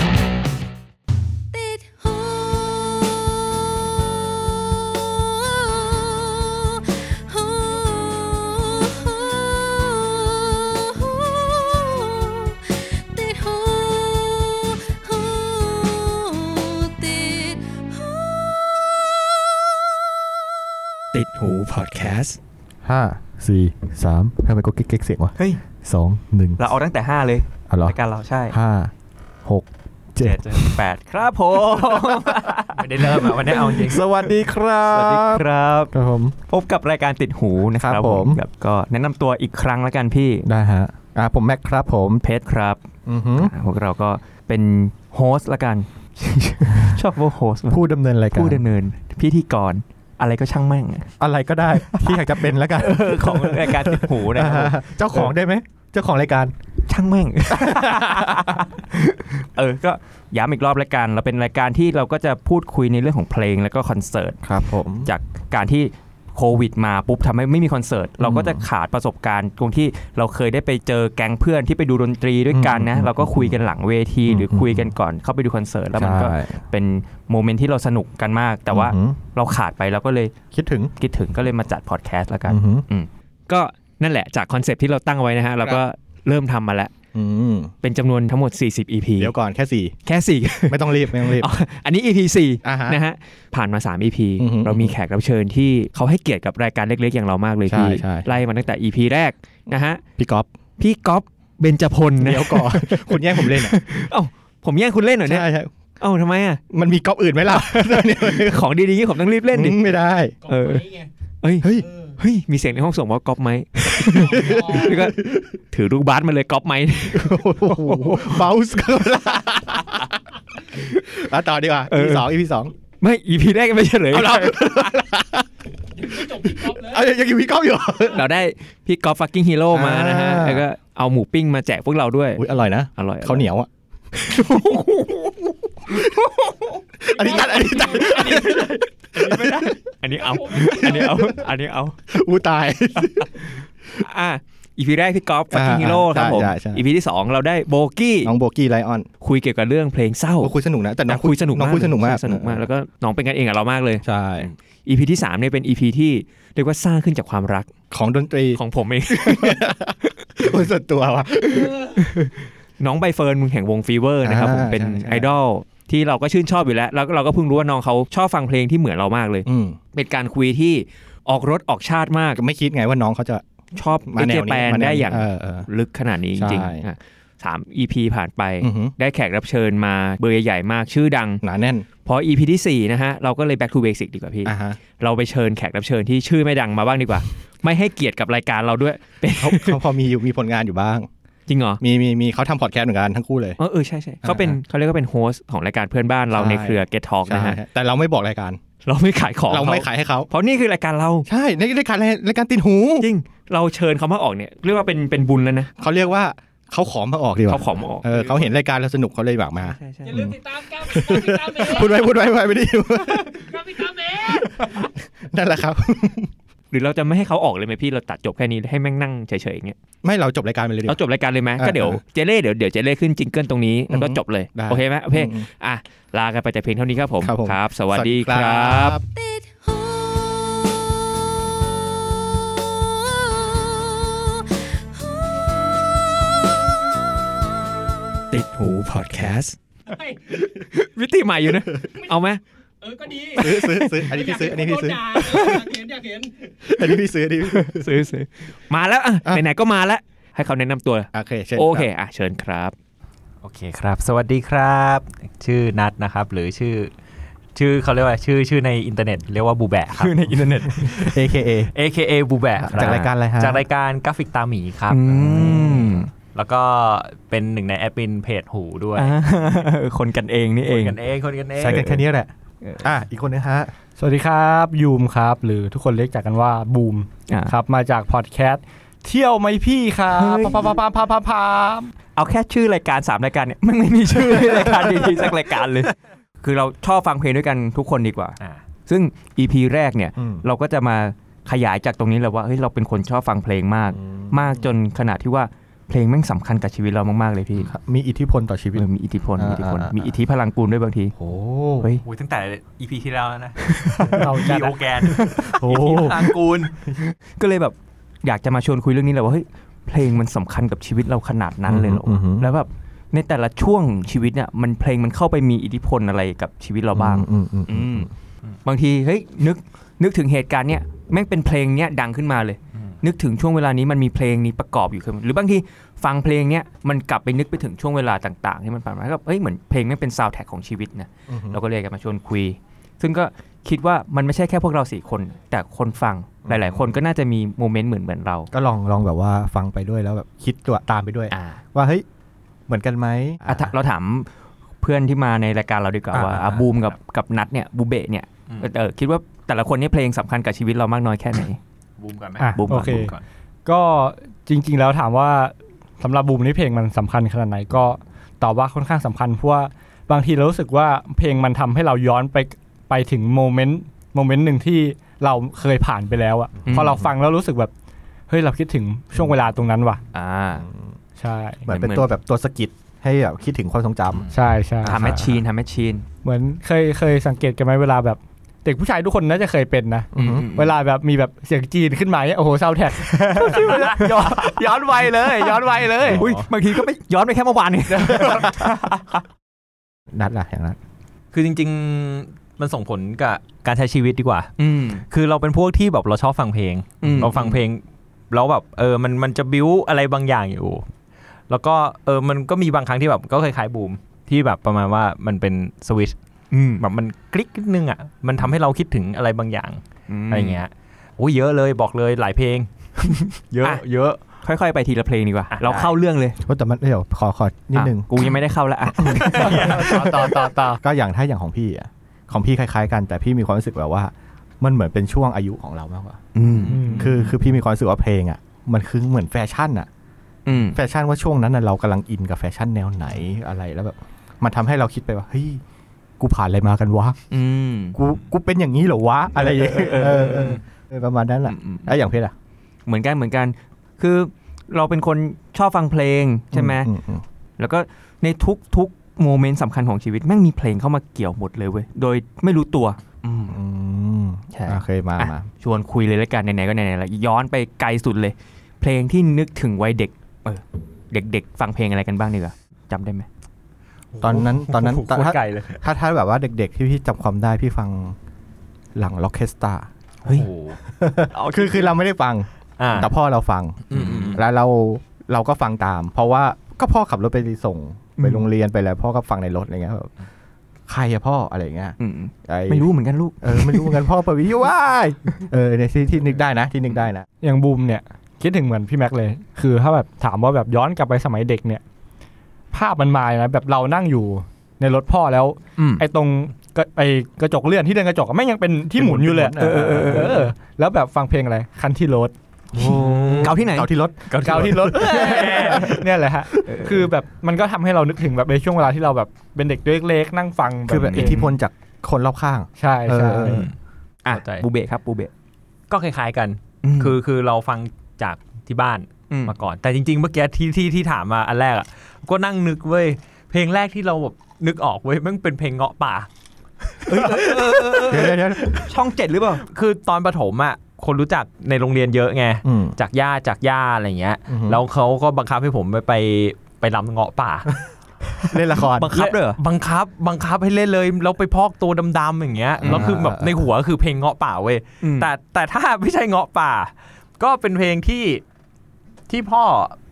ติดหูหูติดหูหูติดหู ติดหูพอดแคสต์ ห้าสี่สามทำไมก็เก๊กๆเสียงวะ เฮ้ย สองหนึ่ง เราเอาตั้งแต่ 5 เลย เอาเหรอ รายการเราใช่ ห้าหกเจ็ เจ็ ด ดแปดครับผม ไม่ได้เริ่มอ่ะวันนี้เอาจริง สวัสดีครับ สวัสดีครับ ครับผม พบกับรายการติดหูนะครั ครับ บผม แบบก็แนะนำตัวอีกครั้งแล้วกันพี่ ได้ฮะอ่าผมแม็กครับผม เพชรครับ อือหือ พวกเราก็เป็นโฮสต์ละกัน ชอบว่าโฮสต์ ผู้ดำเนินรายการ ผู้ดำเนินพิธีกรอะไรก็ช่างแม่ง อะไรก็ ได้ ที่อยากจะเป็นแล้วกัน เออของรายการติดหูนะ อ่า ครั ฮะ บ เจ้าของได้ไหมเจ้าของรายการ ช่างแม่ง เออก็ย้ำอีกรอบละกันเราเป็นรายการที่เราก็จะพูดคุยในเรื่องของเพลงแล้วก็คอนเสิร์ต ครับผม จากการที่โควิดมาปุ๊บทำให้ไม่มีคอนเสิร์ต เราก็จะขาดประสบการณ์ตรงที่เราเคยได้ไปเจอแก๊งเพื่อนที่ไปดูดนตรีด้วยกันนะ อืม เราก็คุยกันหลังเวที อืม หรือคุยกันก่อนเข้าไปดูคอนเสิร์ตแล้วมันก็ ใช่ เป็นโมเมนต์ที่เราสนุกกันมาก แต่ว่า อือหือ เราขาดไปเราก็เลย คิดถึง คิดถึงก็เลยมาจัดพอดแคสต์แล้วกัน อือหือ ก็นั่นแหละจากคอนเซปต์ที่เราตั้งไว้นะฮะ เราก็เริ่มทำมาแล้ว อืม เป็นจำนวนทั้งหมด 40 EP เดี๋ยวก่อนแค่สี่ แค่สี่ ไม่ต้องรีบไม่ต้องรีบ อ๋อ อันนี้ EP อ่าฮะ 4นะฮะ ผ่านมา 3 EP อือฮึ เรามีแขกรับเชิญที่เขาให้เกียรติกับรายการเล็กๆ อย่างเรามากเลย ใช่ พี่ ใช่ ไล่มาตั้งแต่ EP แรกนะฮะ พี่ก๊อฟ พี่ก๊อฟเบญจพลนะ เดี๋ยวก่อน คุณแย่งผมเล่นอ่ะ ผมแย่งคุณเล่นเหรอเนี่ย ใช่ใช่ เอ้าทำไมอ่ะ มันมีก๊อฟอื่นไหมล่ะ ของดีๆงี้ผมต้องรีบเล่นดิ อืมไม่ได้ เออเอ้ย เฮ้ย เฮ้ย มีเสียงในห้องส่งว่าก๊อปไหม แล้วก็ถือลูกบาสมาเลยก๊อปไหม โอ้โห เบาส์กันละอ่ะต่อดีกว่า เออ EP สอง EP สอง ไม่ EP แรกก็ไม่เฉลย เอาเราเอายังอยู่พี่ก๊อฟอยู่ เราได้พี่ก๊อฟฟักกิ้งฮีโร่มานะฮะ อ่า แล้วก็เอาหมูปิ้งมาแจกพวกเราด้วย อุ้ยอร่อยนะ อร่อยอร่อ เขาวเหนียวอ่ะ อันนี้ตัดอันนี้ตัด อันนี้เอา อันนี้เอา อันนี้เอา อู้ตาย อ่ะอีพีแรกพี่ก๊อฟฟักกิ้ง อ่า ฮีโร่ครับผม ใช่ใช่ใช่ อีพีที่ 2 เราได้โบกี้ น้องโบกี้ไลออน คุยเกี่ยวกับเรื่องเพลงเศร้า โอ้คุยสนุกนะ แต่น้อง คุยสนุก น้องคุยสนุกมาก สนุกมาก แล้วก็น้องเป็นกันเองกับเรามากเลย ใช่ อีพีที่3เนี่ยเป็นอีพีที่เรียกว่าสร้างขึ้นจากความรัก ของดนตรี ของผมเอง คนส่วนตัวว่ะ น้องใบเฟิร์นแห่งวงฟีเวอร์นะครับผม อ่า เป็น ใช่ใช่ ไอดอลที่เราก็ชื่นชอบอยู่แล้ว แล้วก็เราก็เพิ่งรู้ว่าน้องเขาชอบฟังเพลงที่เหมือนเรามากเลย อืม เป็นการคุยที่ออกรถออกชาติมาก ก็ไม่คิดไงว่าน้องเขาจะ ชอบ มา เป็น แน เจ ว แป นี้ น มาแนวนี้ ได้อย่าง เเ ลึกขนาดนี้จริง ใช่ ๆอ่ะสาม EP ผ่านไป อือหือ ได้แขกรับเชิญมาเบอร์ใหญ่ๆมากชื่อดัง หนาแน่น พอ EP ที่ 4 นะฮะ เราก็เลย back to basic ดีกว่าพี่ อ่ะฮะ เราไปเชิญแขกรับเชิญที่ชื่อไม่ดังมาบ้างดีกว่า ไม่ให้เกียรติกับรายการเราด้วยเป็น เขาเขาพอมีอยู่มีผลงานอยู่บ้าง จริงเหรอ มีมีมีเขาทำพอดแคสต์เหมือนกันทั้งคู่เลย เออเออใช่ใช่เขาเป็นเขาเรียกว่าเป็นโฮสต์ของรายการเพื่อนบ้านเรา ใช่ ในเครือ Get Talk ใช่ นะฮะ ฮะแต่เราไม่บอกรายการ เราไม่ขายของ เราไม่ ข ขายให้เขา เพราะนี่คือรายการเรา ใช่ในรายการอะไรรายการตินหู จริง เราเชิญเขามาออกเนี่ยเรียกว่าเป็นเป็นบุญแล้วนะ เขาเรียกว่าเขาขอมาออกดีกว่า เขาขอมาออก เออเขาเห็นรายการเราสนุกเขาเลยอยากมา ใช่ใช่ อย่าลืมติดตามกันติดตามเมย์ พูดไว้พูดไว้พูดไว้ไม่ได้อยู่ ติดตามเมย์ นั่นแหละครับ หรือเราจะไม่ให้เขาออกเลยไหมพี่เราตัดจบแค่นี้ให้แม่งนั่งเฉยๆอย่างเงี้ย ไม่เราจบรายการไปเลยดีก เรา ว่า จบรายการเลยไหม อ่า ก็เดี๋ยวเจเล่เดี๋ยวเดี๋ยวเจเล่ขึ้นจิงเกิลตรงนี้แล้วก็ อือฮึ จบเลย ได้ โอเคไหมโอเค อืม อ่ะลากันไปแต่เพียงเท่านี้ครับผม ครับผม ครับ สวัสดีครับ ติดหูหู ติดหูพอดแคสต์วิธีใหม่ อยู่นะ เอาไหม เออ ก็ดี ซื้อซื้อซื้ออันนี้พี่ซื้ออันนี้พี่ซื้อ อยากเห็นอยากเห็น อันนี้พี่ซื้ออันนี้พี่ซื้อ ซื้อซื้อมาแล้วอ่ะไหนๆก็มาแล้ว ให้เขาแนะนำตัว โอเคเช่น โอเคอ่ะเชิญครับ โอเคครับ สวัสดีครับ ชื่อนัทนะครับ หรือชื่อ ชื่อเขาเรียกว่าชื่อชื่อในอินเทอร์เน็ตเรียกว่าบูแบะครับ ชื่อในอินเทอร์เน็ต AKA AKA บูแบะคบ จากรายการอะไรฮะ จากรายการกราฟิกตาหมีครับ อืม แล้วก็เป็นหนึ่งในแอดมินเพจหูด้วย อ่าคนกันเองนี่เอ คน ง กันเองคนกันเอง ใช้กันแค่นี้แหละอ่ะอีกคนนึงฮะ สวัสดีครับยูมครับ หรือทุกคนเรียกจากกันว่าบูม อ่า ครับมาจากพอดแคสต์เที่ยวไหมพี่ครับพาพาพาพาพาพา เอาแค่ชื่อรายการ3รายการเนี่ยมันไม่มีชื่อรายการดีๆสักรายการเลย คือเราชอบฟังเพลงด้วยกันทุกคนดีกว่า อ่า ซึ่ง EP แรกเนี่ย อืม เราก็จะมาขยายจากตรงนี้แหละว่าเฮ้ยเราเป็นคนชอบฟังเพลงมาก มากจนขนาดที่ว่าเพลงแม่งสำคัญกับชีวิตเรามากๆเลยพี่ มีอิทธิพลต่อชีวิต เออมีอิทธิพลมีอิทธิพล อ่าอ่าอ่ามี มีอิทธิพลังกูลด้วยบางที โอ้ เฮ้ย โอ้ยตั้งแต่ EP ที่แล้วแล้วนะ เราจะ มีโอแกน โอ้ มีทางกูล ก็เลยแบบอยากจะมาชวนคุยเรื่องนี้แหละว่าเฮ้ยเพลงมันสำคัญกับชีวิตเราขนาดนั้นเลยเหรออ แล้ แล้วแบบในแต่ละช่วงชีวิตเนี่ยมันเพลงมันเข้าไปมีอิทธิพลอะไรกับชีวิตเราบ้าง อืมบางทีเฮ้ยนึกนึกถึงเหตุการณ์เนี้ยแม่งเป็นเพลงเนี้ยดังขึ้นมาเลย อืม นึกถึงช่วงเวลานี้มันมีเพลงนี้ประกอบอยู่คือหรือบางทีฟังเพลงเนี้ยมันกลับไปนึกไปถึงช่วงเวลาต่างๆที่มันผ่านมาแล้วก็เอ้ยเหมือนเพลงแม่งเป็นซาวด์แท็กของชีวิตนะเราก็เลยอยากจะมาชวนคุย ซึ่งก็คิดว่ามันไม่ใช่แค่พวกเราสี่คน แต่คนฟังหลาย ๆ คนก็น่าจะมีโมเมนต์เหมือนเหมือนๆเรา ก็ลองลองแบบว่าฟังไปด้วยแล้วแบบคิดตัวตามไปด้วย อ่า ว่าเฮ้ยเหมือนกันไหม อ่ะถ้าเราถามเพื่อนที่มาในรายการเราดีกว่า อ่า ว่า อ่า อ่ะบูมกับกับนัทเนี่ยบูเบะเนี่ยเออเออคิดว่าแต่ละคนนี่เพลงสำคัญกับชีวิตเรามากน้อยแค่ไหน บูมก่อนไหม อ่ะ บูมก่ โอ อน เค บูมก่อน ก็จริง ๆ แล้วถามว่าสำหรับบูมนี่เพลงมันสำคัญขนาดไหนก็ตอบว่าค่อนข้างสำคัญเพราะว่าบางทีเรารู้สึกว่าเพลงมันทำให้เราย้อนไปไปถึงโมเมนต์โมเมนต์หนึ่งที่เราเคยผ่านไปแล้วอะ อืม พอเราฟังแล้วรู้สึกแบบเฮ้ยเราคิดถึงช่วงเวลาตรงนั้นว่ะ อ่า ใช่ เหมือนเป็นตัวแบบตัวสะกิดให้แบบคิดถึงความทรงจำ ใช่ใช่ ทำแมชชีนทำแมชชีน เหมือนเคยเคยสังเกตกันไหมเวลาแบบ เด็กผู้ชายทุกคนน่าจะเคยเป็นนะ อือฮึ เวลาแบบมีแบบเสียงจีนขึ้นมาเนี่ยโอ้โหเศร้าแท็ก ย้อนย้อนไวเลย ย้อนไวเลยอุ้ยบางทีก็ไปย้อนไปแค่เมื่อวานนี่ นัดล่ะอย่างนั้น คือจริง ๆ มันส่งผลกับการใช้ชีวิตดีกว่า อืม คือเราเป็นพวกที่แบบเราชอบฟังเพลง อืม เราฟังเพลงแล้วแบบเออมันมันจะบิวอะไรบางอย่างอยู่ แล้วก็เออมันก็มีบางครั้งที่แบบก็คล้ายๆบูมที่แบบประมาณว่ามันเป็นสวิตช อืม แบบมันคลิกนิดนึงอ่ะมันทำให้เราคิดถึงอะไรบางอย่างอะไรเงี้ยโอ้ยเยอะเลยบอกเลยหลายเพลง เยอะเยอะ ค่อยๆ ไปทีละเพลงดีกว่า อ่ะ เราเข้าเรื่องเลย ว่าแต่มันเดี๋ยวขอขอนิดนึง อ่ะกูยังไม่ได้เข้าละอ่ะ ต่อต่อต่อต่อ ก็อย่างถ้าอย่างของพี่อ่ะของพี่คล้ายๆ กันแต่พี่มีความรู้สึกแบบว่า มันเหมือนเป็นช่วงอายุของเรามากกว่า อืม คือคือพี่มีความรู้สึกว่าเพลงอ่ะมันคือเหมือนแฟชั่นอ่ะ อืม แฟชั่นว่าช่วงนั้นน่ะเรากำลังอินกับแฟชั่นแนวไหนอะไรแล้วแบบมันทำให้เราคิดไปว่าเฮ้ยกูผ่านอะไรมากันวะ อืม กูกูเป็นอย่างนี้เหรอวะอะไรอย่างเงี้ยเออเออเออเออประมาณนั้นแหละ อืมอืม แล้วอย่างเพชรอ่ะ เหมือนกันเหมือนกัน คือเราเป็นคนชอบฟังเพลงใช่ไหม อือืม แล้วก็ในทุกทุกโมเมนต์สำคัญของชีวิตแม่งมีเพลงเข้ามาเกี่ยวหมดเลยเว้ยโดยไม่รู้ตัว อืม อืม ใช่ อ่ะเคยมา อ่ะ มา ชวนคุยเลยแล้วกันไหนๆก็ไหนๆละย้อนไปไกลสุดเลย เพลงที่นึกถึงวัยเด็กเออเด็กๆ ฟังเพลงอะไรกันบ้างดีกว่าจำได้ไหม ตอนนั้นตอนนั้น โอ้โห ตอน โคตร ถ้า ไกลเลย ถ้าถ้าแบบว่าเด็กๆที่พี่จำความได้พี่ฟังหลังล็อกเคสตา เฮ้ย โอ้โห คือคือเราไม่ได้ฟัง อ่า แต่พ่อเราฟัง อืมอืม แล้วเราเราก็ฟังตาม เพราะว่าก็พ่อขับรถไปส่งไป อืม โรงเรียนไปแล้วพ่อก็ฟังในรถอะไรเงี้ยแบบใครอะพ่ออะไรเงี้ย อืม อ้ ไม่รู้เหมือนกันลูก เออไม่รู้เหมือนกันพ่อเปิดวิทยุว้ายเออเนี่ยที่ที่นึกได้นะที่นึกได้นะ อย่างบูมเนี่ยคิดถึงเหมือนพี่แม็กเลย คือถ้าแบบถามว่าแบบย้อนกลับไปสมัยเด็กเนี่ย ภาพมันมานะแบบเรานั่งอยู่ในรถพ่อแล้ว อืม ไอ้ตรงกระไอ้กระจกเลื่อนที่เดินกระจกอะแม่งยังเป็นที่หมุนอยู่เลย เป็นหมุนเป็นหมุน เออเออแล้วแบบฟังเพลงอะไรคันที่รถ เก่าที่ไหน เก่าที่รถ เกาที่รถเนี่ยแหละฮะคือแบบมันก็ทำให้เรานึกถึงแบบในช่วงเวลาที่เราแบบเป็นเด็กเล็กๆนั่งฟัง คือแบบอิทธิพลจากคนรอบข้าง ใช่ใช่ เออเออ อ่ะ เข้าใจ บูเบะครับบูเบะ ก็คล้ายๆกัน คือคือเราฟังจากที่บ้าน ม มาก่อนแต่จริงๆเมื่อกี้ที่ที่ที่ถามมาอันแรกอ่ะก็นั่งนึกเว้ยเพลงแรกที่เราแบบนึกออกเว้ยแมันเป็นเพลงเงาะป่า เดี๋ยวเดี๋ยวเดี๋ยว ช่องเจ็ดหรือเปล่า คือตอนประถมอ่ะคนรู้จักในโรงเรียนเยอะไง อืม จากย่าจากย่าอะไรเงี้ย อือฮึ แล้วเขาก็บังคับให้ผมไปไปไปรำเงาะป่า เล่นละคร บังคับด้วยเหรอ บังคับบังคับให้เล่นเลยแล้วไปพอกตัวดำๆอย่างเงี้ยแล้วคือแบบในหัวคือเพลงเงาะป่าเว้ย แต่แต่ถ้าไม่ใช่เงาะป่า ก็เป็นเพลงที่ที่พ่อ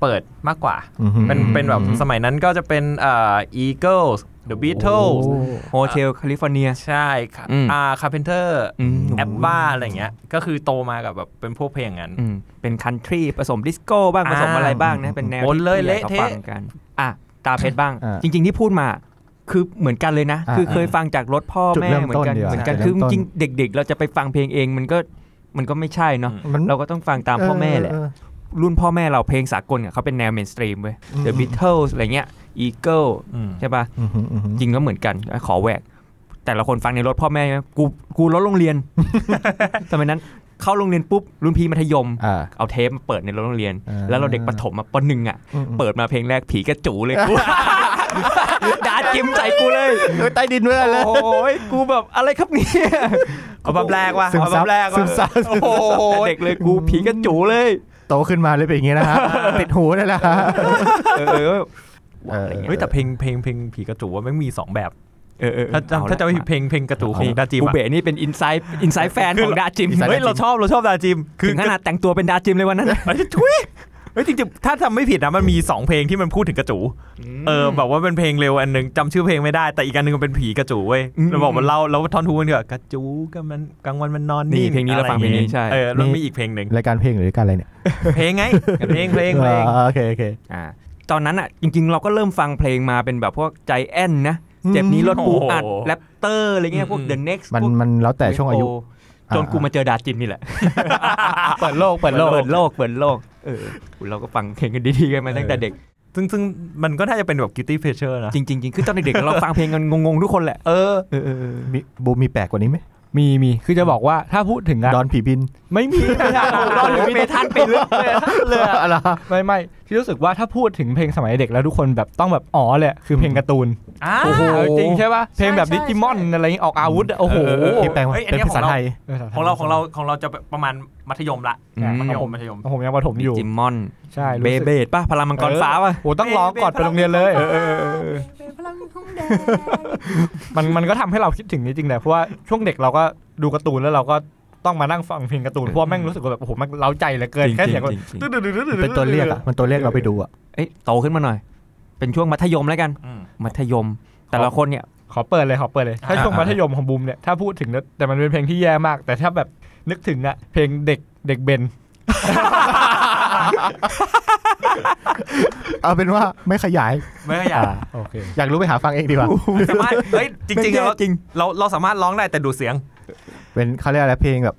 เปิดมากกว่า อือฮึ เป็นเป็นแบบ อือฮึ สมัยนั้นก็จะเป็นเอ่อ Eagles The Beatles โฮเทลแคลิฟอร์เนีย ใช่ค่ะ อืม อ่า Carpenter อืม แอปบ้าอะไรอย่างเงี้ย ก็คือโตมากับแบบเป็นพวกเพลงอย่างนั้น อืมเป็นคันทรีผสมดิสโก้บ้างผสมอะไรบ้างนะ เป็นแนว วนเลย ที่ผู้ให เละเทะ ขาฟังกัน อ่ะ ตาเพชรบ้าง อ่า จริง ๆที่พูดมา คือเหมือนกันเลยนะ อ่า คือเคยฟังจากรถพ่อ จุด แม่ เริ่ม เหมือนกัน ต้นดีกว่า เหมือนกัน จุดเริ่ คือ ม จ ต้น ริงๆเด็ก ๆ เราจะไปฟังเพลงเองมันก็มันก็ไม่ใช่เนาะ มัน เราก็ต้องฟังตามพ่อแม่แหละ เออ รุ่นพ่อแม่เราเพลงสากลเนี่ยเขาเป็นแนวเมนสตรีมเว้ย The Beatles อะไรเงี้ย Eagle อืม ใช่ปะ อือหืออือหือ จริงก็เหมือนกันขอแหวก แต่ละคนฟังในรถพ่อแม่ใช่ไหมกูกูรถโรงเรียน สมัยนั้นเข้าโรงเรียนปุ๊บรุ่นพี่มัธยม อ่า เอาเทปมาเปิดในรถโรงเรียน อ่า แล้วเราเด็กประถมมาปหนึ่งอ่ะ อืมอืม เปิดมาเพลงแรกผีกระจูเลยกู ดาดจิ้มใจกูเลย เออใต้ดินเมื่อเลย โอ้ยกูแบบอะไรครับเนี่ย เอาแบบแรกว่ะ ซึม เอาแบ ซับบ แรก ซึ ว่ะ มซับ โอ้โหเด็กเลยกูผีกระจูเลย โตขึ้นมาเลยเป็นอย่างงี้นะฮะ ติดหูนั่นแหละฮะ เออเออ เออ เฮ้ยแต่เพลงเพลงเพลงผีกระจูว่าไม่งมีสองแบบ เออเออ ถ้าจำถ้าจำไม่ผิดเพลงเพลงกระจูของดาจิม กู อะ เบะนี่เป็นอินไซ ด์อินไซด์แฟนของดาจิม เฮ้ยเราชอบเราชอบดาจิม คื ถึ อง ขนาดแต่งตัวเป็นดาจิมเลยวันนั้น มันจะทุยเฮ้ยจริงๆถ้าจำไม่ผิดนะมันมีสองเพลงที่มันพูดถึงกระจู เออแบบว่าเป็นเพลงเร็วอันหนึ่งจำชื่อเพลงไม่ได้ แต่อีกอันหนึ่งมันเป็นผีกระจูเว้ย อืม เราบอกมันเล่าแล้วท่อนทูมันก็กระจูกันมันกลางวันมันนอน นี่เพลงนี้เราฟังเพลงนี้ใช่ เออแล้วมีอีกเพลงหนึ่ง รายการเพลงหรือรายการอะไรเนี่ย เพลงไงเพลงเพลงเพลง อ่าโอเคโอเค อ่าตอนนั้นอ่ะจริงๆ เราก็เริ่มฟังเพลงมาเป็นแบบพวกใจแอนนะ เจ็บนี้รถปูอัด โอ้โห แรปเตอร์อะไรเงี้ยพวก อืม The Next มัน พวก มันแล้วแต่ช่วงอายุ โจนกูมาเจอดาจิมนี่แหละ เปิดโลกเปิดโลก เปิดโลกเปิดโลกเออเราก็ฟังเพลงกันดีๆกันมาตั้งแต่เด็ก ซึ่งซึ่งมันก็น่าจะเป็นแบบ guilty pleasure นะ จริงๆจริงๆคือตอนเด็กๆ เราฟังเพลงกันงงๆ ทุกคนแหละ เออ มีบูมมีแปลกกว่านี้ไหม มีมีคือจะบอกว่าถ้าพูดถึงอะ ดอนผีบิน ไม่มีไม่ได้ เราหรือเมทันไปเรื่อย เลยอะไรวะ ไม่ไม่ที่รู้สึกว่าถ้าพูดถึงเพลงสมัยเด็กแล้วทุกคนแบบต้องแบบอ๋อเลยอะคือเพลงการ์ตูน โอ้โห เออจริงใช่ป่ะเพลงแบบ ใช่ ดิจิมอน ใช่ อะไรอย่างงี้ออกอาวุธอะโอ้โห เออเออ ที่แปลว่า เฮ้ยอัน เป็น เนี้ย ภาษาไทย ของเราของเราของเราจะประมาณมัธยมละ อืม มัธยมมัธยม ผมยังประถมอยู่ จิมมอน ใช่ เบ รู้สึก เบดป่ะพลังมังกรฟ้าป่ะ โอ้ต้องร้องก่อนไปโรงเรียนเลย เป็นพลังของแดง มันมันก็ทำให้เราคิดถึงจริงๆแหละเพราะว่าช่วงเด็กเราก็ดูการ์ตูนแล้วเราก็ต้องมานั่งฟังเพลงการ์ตูนเพราะว่าแม่งรู้สึกว่าแบบโอ้โหแม่งเล้าใจเหลือเกินแค่เสียงแบบ จริงๆจริง ตึ๊ดตึ๊ดตึ๊ดตึ๊ด เป็นตัวเรียกอะมันตัวเรียกเราไปดูอะ ๆเอ้ยโตขึ้นมาหน่อย เป็นช่วงมัธยมแล้วกัน อืม มัธยม แต่ละคนเนี่ย ขอเปิดเลยขอเปิดเลยถ้าช่วง อ่า มัธยมของบูมเนี่ยถ้าพูดถึงแล้วแต่มันเป็นเพลงที่แย่มาก แต่ถ้าแบบนึกถึงอะเพลงเด็กเด็กเบน เอาเป็นว่าไม่ขยาย ไม่ก็อยาก โอเค อยากรู้ไปหาฟังเองดีกว่า สามารถเฮ้ยจริงๆเรา จริง เราเราสามารถร้องได้แต่ดูดเสียง เป็นเขาเรียกอะไรเพลงแบบ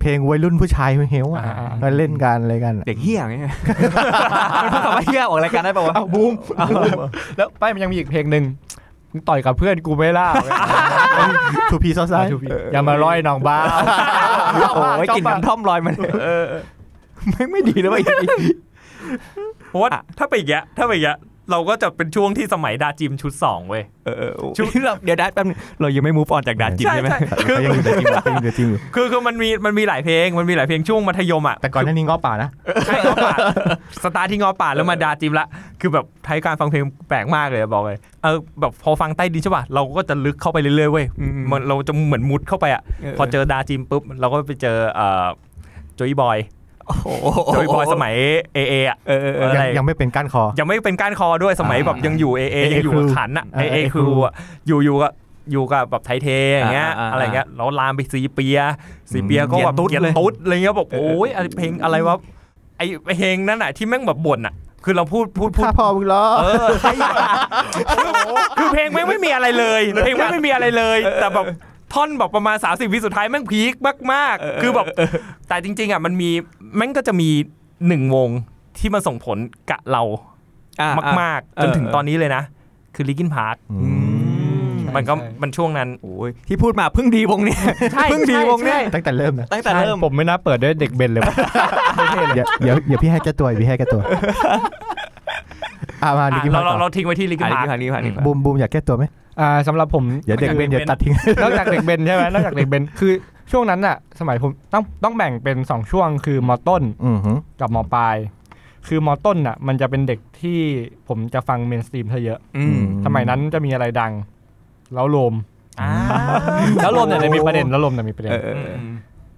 เพลงวัยรุ่นผู้ชายเฮลอะ อ่า ก็เล่นกันอะไรกันอะ เด็กเฮี้ยไง มันพูดคำว่าเฮี้ยออกรายการได้ป่าวะ อ้าวบูมแล้วป้ายมันยังมีอีกเพลงหนึ่งมึงต่อยกับเพื่อนกูไม่ ล่า ทูพีซอสไซด์ อย่ามาร้อยน้องบ้า โอ้ยกลิ่นน้ำท่อมลอยมาเลยไม่ไม่ดีแล้วไอ้ เพราะว่าถ้าไปนอย่างเงี้ยถ้าไปนอย่างเงี้ยเราก็จะเป็นช่วงที่สมัยดาจิมชุดสองเว้ย ชุดเราเดี๋ยวดัดแป๊บนึงเรายังไม่มูฟออนจากดาจิมใช่ไหม ใช่ใช่ ก็ยังอยู่แต่จริงอยู่ก็ยังอยู่แต่จริงอยู่ คือคือมันมีมันมีหลายเพลงมันมีหลายเพลงช่วงมัธยมอ่ะ แต่ก่อนหน้านี้ง้อป่านะ ใช่งอป่าสตาร์ทที่งอป่าแล้วมาดาจิมละคือแบบไทยการฟังเพลงแปลกมากเลยอะบอกเลยเออแบบพอฟังใต้ดินใช่ป่ะเราก็จะลึกเข้าไปเรื่อยๆเว้ยมันเราจะเหมือนมุดเข้าไปอ่ะพอเจอดาจิมปุ๊บเราก็ไปเจอเอ่อโจยบอย โอ้โห โจยบอยสมัยเอเออ่ะ เออเออเออ อะไร ยังยังไม่เป็นก้านคอ ยังไม่เป็นก้านคอด้วยสมัยแบบยังอยู่เอเอ AA ยังอยู่ ครู ขันอะ เอ เอ อ เอ AA คืออะอยู่อยู่กับอยู่กับแบบไทยเทอย่างเงี้ยอะไรเงี้ยแล้วลามไปซีเปียซีเปียก็แบบเกียร์ตุ๊ดอะไรเงี้ยบอกโอ้ยอะไรเพลงอะไรวะไอเพลงนั่นอะที่แม่งแบบบ่นอะคือเราพูดพูดพูด ถ้าพอมึงล้อ เออใช่คือเพลงแม่งไม่มีอะไรเลย เพลงแม่งไม่มีอะไรเลย แต่แบบท่อนแบบประมาณ 30 วิสุดท้ายแม่งพีคมากๆ คือแบบแต่จริง ๆอะมันมีแม่งก็จะมีหนึ่งวงที่มันส่งผลกับเรา อ่ะอ่ะ มาก เอ ๆ จ อ นถึงตอนนี้เลยนะ คือลิกินพาร์ค อื อื ม ม มันก็มันช่วงนั้น โอ้ยที่พูดมาเพิ่งดีวงเนี่ยเพิ่งดีวงเนี่ย ตั้งแต่เริ่มนะ ตั้งแต่เริ่ม ผมไม่น่าเปิดด้วยเด็กเบนเลย เดี๋ยวเดี๋ยวเดี๋ยวพี่ให้แกตัวพี่ให้แกตัวอามาดิ อ่ะ กิม เรา มา เรา ต่อ เราทิ้งไว้ที่ลิกิน อ่ะ พาร์ค นี่ผ่านนี่ผ่านนี่ผ่าน บูมบูมอยากแก้ตัวไหม อ่าสำหรับผม เดี๋ยวเด็กเบนเดี๋ยวตัดทิ้ง นอกจากเด็กเบนใช่ไหมนอกจากเด็กเบนคือช่วงนั้นอะสมัยผมต้องต้องแบ่งเป็นสองช่วงคือมอต้น อือหือ กับมอปลาย คือมอต้นอะมันจะเป็นเด็กที่ผมจะฟังเมนสตรีมซะเยอะ อืม สมัยนั้นจะมีอะไรดัง แล้วโลม แล้ แล้ว ว ล โล ม ม เนี่ เนี่ย ย ใน จะ มีปมีประ ระ เด็ เด็ น นแล้วโลมเนี่ยมีประเด็น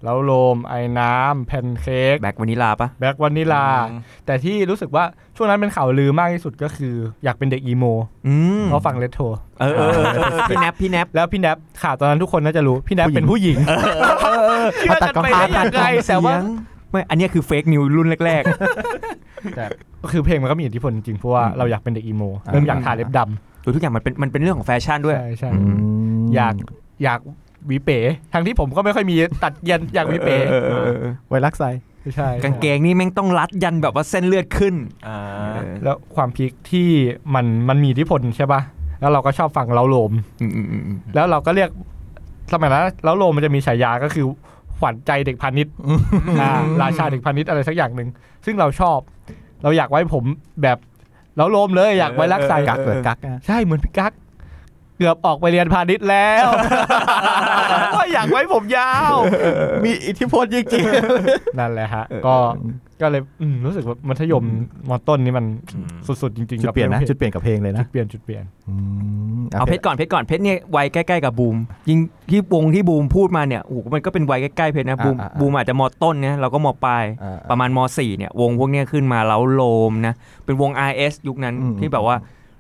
แล้วโลมไอ้น้ำแพนเค้ก แบ็กวานิลาปะ แบล็กวานิลา แต่ที่รู้สึกว่าช่วงนั้นเป็นข่าวลือมากที่สุดก็คือ อยากเป็นเด็กอีโม อืม เพราะฟังเลโท เออเออเออพี่แนบพี่แนบ แล้วพี่แนบข่าวตอนนั้นทุกคนน่าจะรู้พี่แนบเป็นผู้หญิง เอาตากล้อง ไปได้ยังไงแต่ว่า เสียงไม่อันเนี้ยคือเฟกนิวรุ่นแรก แต่คือเพลงมันก็มีอิทธิพลจริงๆเพราะว่า อืม เราอยากเป็นเด็กอีโมเริ่มอยากทาเล็บด ๆ ดูทุกอย่างมันเป็นมันเป็นเรื่องของแฟชั่น ำ ด้วย ใช่ใช่ อืม อยากอยากหวีเป๋ทั้งที่ผมก็ไม่ค่อยมีตัดเย็นอยากหวีเป๋ เออเออเออเออ ไวรักไซ ใช่ กางเกงนี่แม่งต้องรัดยันแบบว่าเส้นเลือดขึ้น อ่า เออ แล้วความพีคที่มันมันมีอิทธิพลใช่ปะแล้วเราก็ชอบฟังเราโลม อืมอืมอืมอืม แล้วเราก็เรียกสมัยนั้นแล้วโลมมันจะมีฉายาก็คือขวัญใจเด็กพาณิชย์อ่าราชาเด็กพาณิชย์อะไรสักอย่างหนึ่งซึ่งเราชอบ เราอยากไว้ผมแบบแล้วโลมเลยอยากไว้รักษา กักเหมือนกัก ใช่เหมือนพี่กั๊กเกือบออกไปเรียนพาณิชย์แล้ว ก็อยากไว้ผมยาว มีอิทธิพลจริง นั่นแหละฮะ ก็ก็เลยอืมรู้สึกว่ามัธยมมต้นนี่มันสุดๆจริง ๆ ๆ จุดเปลี่ยนนะ กับ จุดเปลี่ยนกับเพลงเลย จุ นะ ดเปลี่ยนจุดเปลี่ยน อืม เอาเพชรก่อนเพชรก่อนเพชรเนี่ยวัยใกล้ๆกับบูมยิงที่วงที่บูมพูดมาเนี่ยโอ้โหมันก็เป็นวัยใกล้ๆเพชรนะบูมบูมอาจจะมต้นเนี่ยเราก็มปลาย อ่ ประมาณม .4 เนี่ย วงพวกเนี้ยขึ้นมาแล้วโลมนะ เป็นวง RS ยุคนั้น อืม ที่แบบว่า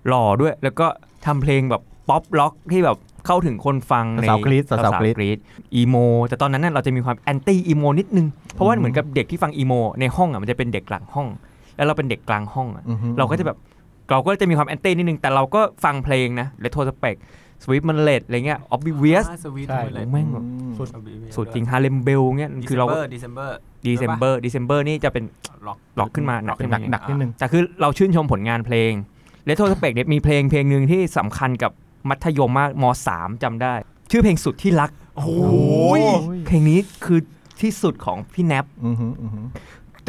หล่อด้วย แล้วก็ทำเพลงแบบป๊อปล็อกที่แบบเข้าถึงคนฟังใน สาวกรีดสาว สาว กรีด กรีดอีโม แต่ตอนนั้นน่ะเราจะมีความแอนตี้อีโมนิดนึง เพราะว่าเหมือนกับเด็กที่ฟังอีโมในห้องอ่ะมันจะเป็นเด็กหลังห้อง แล้วเราเป็นเด็กกลางห้องอ่ะ อือฮึ เราก็จะแบบเราก็จะมีความแอนตี้นิดนึง แต่เราก็ฟังเพลงนะเลโทสเปกสวิฟมันเลดอะไรเงี้ยออบบิเวียส สวีท ใช่ เลย แม่งแบบ สุด สุดจริงฮาเลมเบลเงี้ย คื คืออ เรา เรา ดิเซมเบอร์ ดีเซมเบอร์ดีเซมเบอร์นี่จะเป็น ล็อก ล็อกขึ้นมาหนักขึ้นมา หนักนิดนึง แต่คือเราชื่นชมผลงานเพลงเลโทสเปกเนี่ยมีเพลงเพลงหนึ่งที่สำคัญกับมัธยมมากม3จำได้ ชื่อเพลงสุดที่รัก โอ้โหเพลงนี้คือที่สุดของพี่แนบ อือหืออือหือ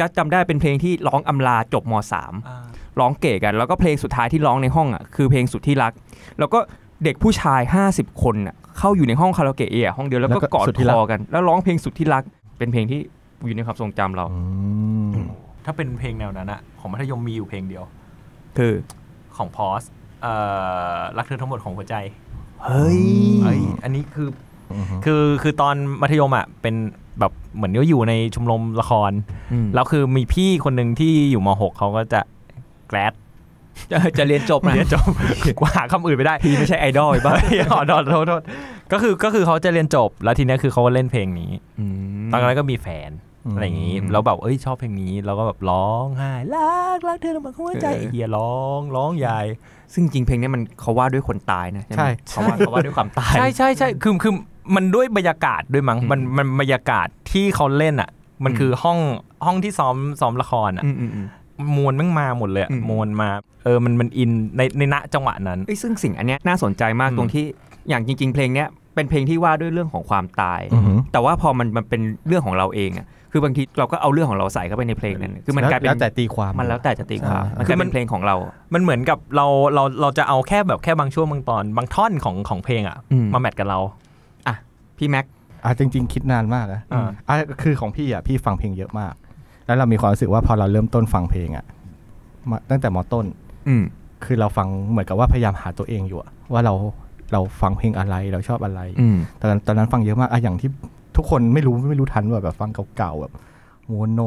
จะจำได้เป็นเพลงที่ร้องอำลาจบม3ร้องเก๋กัน แล้วก็เพลงสุดท้ายที่ร้องในห้องอ่ะคือเพลงสุดที่รัก แล้วก็เด็กผู้ชาย 50 คนน่ะเข้าอยู่ในห้องคาราโอเกะเอะห้องเดียวแล้วก็กอดคอกัน แล้วร้องเพลงสุดที่รัก เป็นเพลงที่อยู่ในความทรงจำเรา อืม ถ้าเป็นเพลงแนวนั้นอะของมัธยมมีอยู่เพลงเดียว คือ ของพอสเอ่อรักเธอทั้งหมดของหัวใจ เฮ้ย เอ้ยอันนี้คือ อือหือ คือคือตอนมัธยมอะเป็นแบบเหมือนก็อยู่ในชมรมละคร แล้วคือมีพี่คนหนึ่งที่อยู่ม .6 เขาก็จะแกลด จะจะเรียนจบนะ เรียน จบ กว่าคำอื่นไม่ได้ พี่ไม่ใช่ไอดอลไอ้บ้า บ้าข อโทษโทษโทษก็คือก็คือเขาจะเรียนจบ แล้วทีเนี้ยคือเขาก็เล่นเพลงนี้ ตอนนั้นก็มีแฟน อืม อะไรอย่างนี้ แล้วแบบเอ้ยชอบเพลงนี้เราก็แบบร้องไห้รักรักเธอทั้งหมดของหัวใจไอ้เฮียร้องร้องใหญ่ ซึ่งจริงเพลงเนี้ยมันเขาว่าด้วยคนตายนะใช่ไหม ใช่ เขาว่าเขาว่าด้วยความตาย ใช่ใช่ใช่คือคือมันด้วยบรรยากาศด้วยมั้ง อืม มันมันบรรยากาศที่เขาเล่นอ่ะ มัน อืม คือห้องห้องที่ซ้อมซ้อมละครอ่ะ อืมอืมอืม มวลแม่งมาหมดเลยอะ อืม มวลมา เออ มันมันอินในในณจังหวะนั้น เอ้ยซึ่งสิ่งอันเนี้ยน่าสนใจมาก อืม ตรงที่อย่างจริง ๆ เพลงเนี้ยเป็นเพลงที่ว่าด้วยเรื่องของความตาย อือหือ แต่ว่าพอมันมันเป็นเรื่องของเราเองอ่ะคือบางทีเราก็เอาเรื่องของเราใส่เข้าไปในเพลงนั้นคือมันกลายเป็น แล้วแต่ตีความ มันแล้วแต่จะตีความมันกใช่ลายเป็นเพลงของเรา มันเหมือนกับเราเราเราจะเอาแค่แบบแค่บางช่วงบางตอนบางท่อนของของเพลงอ่ะ อืม มาแมทกับเรา พี่แม็ก อ่ะจริง ๆ คิดนานมากนะ อ่า อ่ะคือของพี่อ่ะพี่ฟังเพลงเยอะมาก แล้วเรามีความรู้สึกว่าพอเราเริ่มต้นฟังเพลงอ่ะมาตั้งแต่มต้น อืม คือเราฟังเหมือนกับว่าพยายามหาตัวเองอยู่อะว่าเราเราฟังเพลงอะไรเราชอบอะไร อืม ตอนนั้นตอนนั้นฟังเยอะมากอะอย่างที่ทุกคนไม่รู้ไม่รู้ทันว่าแบบฟังเก่าๆแบบโมโน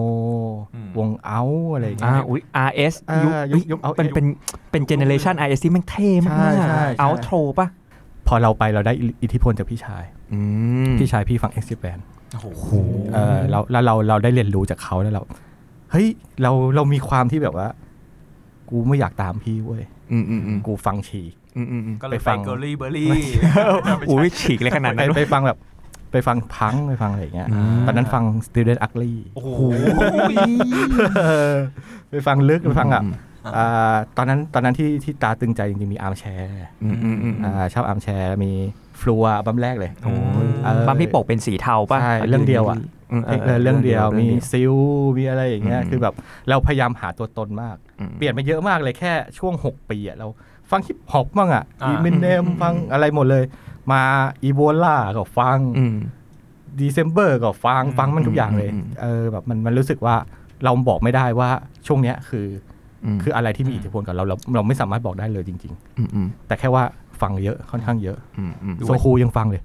อืม วงเอาอะไรอย่างเงี้ อ่าย อุ้ย RS อ่ายุค เอ้ ยุคเอา เป็นเป็นเป็นเจเนเรชัน RS ที่แม่งเท่มาก ใช่ใช่ใช่ เอาโทรป่ะ พอเราไปเราได้อิทธิพลจากพี่ชาย อืม พี่ชายพี่ฟังเอ็กซิแบน โอ้โห เออแล้วแล้วเราเราได้เรียนรู้จากเขาแล้วเรา เฮ้ยเราเรามีความที่แบบว่า กูไม่อยากตามพี่เว้ย อืมอืมอืม กูฟังฉี่ อืมอืมอืม ก็เลย ไป ไป ฟัง เกอรี่เบอร์รี่ อุ้ยฉีกเลยขนาด ไป นั้น ไปฟังแบบ ไปฟังพังไปฟังอะไรอย่างเงี้ย ตอนนั้นฟัง Student Ugly โอ้โห เออไปฟังลึกไปฟังอ่ะอ่าตอนนั้นตอนนั้นที่ที่ตาตึงใจจริงๆมีอาร์มแชร์ อืมอืมอืมอืม อ่าชอบอาร์มแชร์มีฟลัวบัมแรกเลยเออ บ้ามพี่ปกเป็นสีเทาป่ะ ใช่เรื่องเดียวอะ ม เพลงเออเรื่องเดียวมี รื่อง ซิลมีอะไรอย่างเงี้ย อืม คือแบบเราพยายามหาตัวตนมาก อืม เปลี่ยนไปเยอะมากเลยแค่ช่วง 6 ปีอะเราฟังฮิปฮอปบ้างอะ อ่า อีมินเนมฟังอะไรหมดเลย มาอีโบลาก็ฟัง อืม ดีเซมเบอร์ก็ฟังฟังมันทุกอย่างเลย อืมอืม เออแบบมันมันรู้สึกว่าเราบอกไม่ได้ว่าช่วงเนี้ยคือ ม คืออะไรที่มีอิทธิพลกับเราเราเราไม่สามารถบอกได้เลยจริง มอืม ๆ แต่แค่ว่าฟังเยอะค่อนข้างเยอะ อืมอืม โซคูยังฟังเลย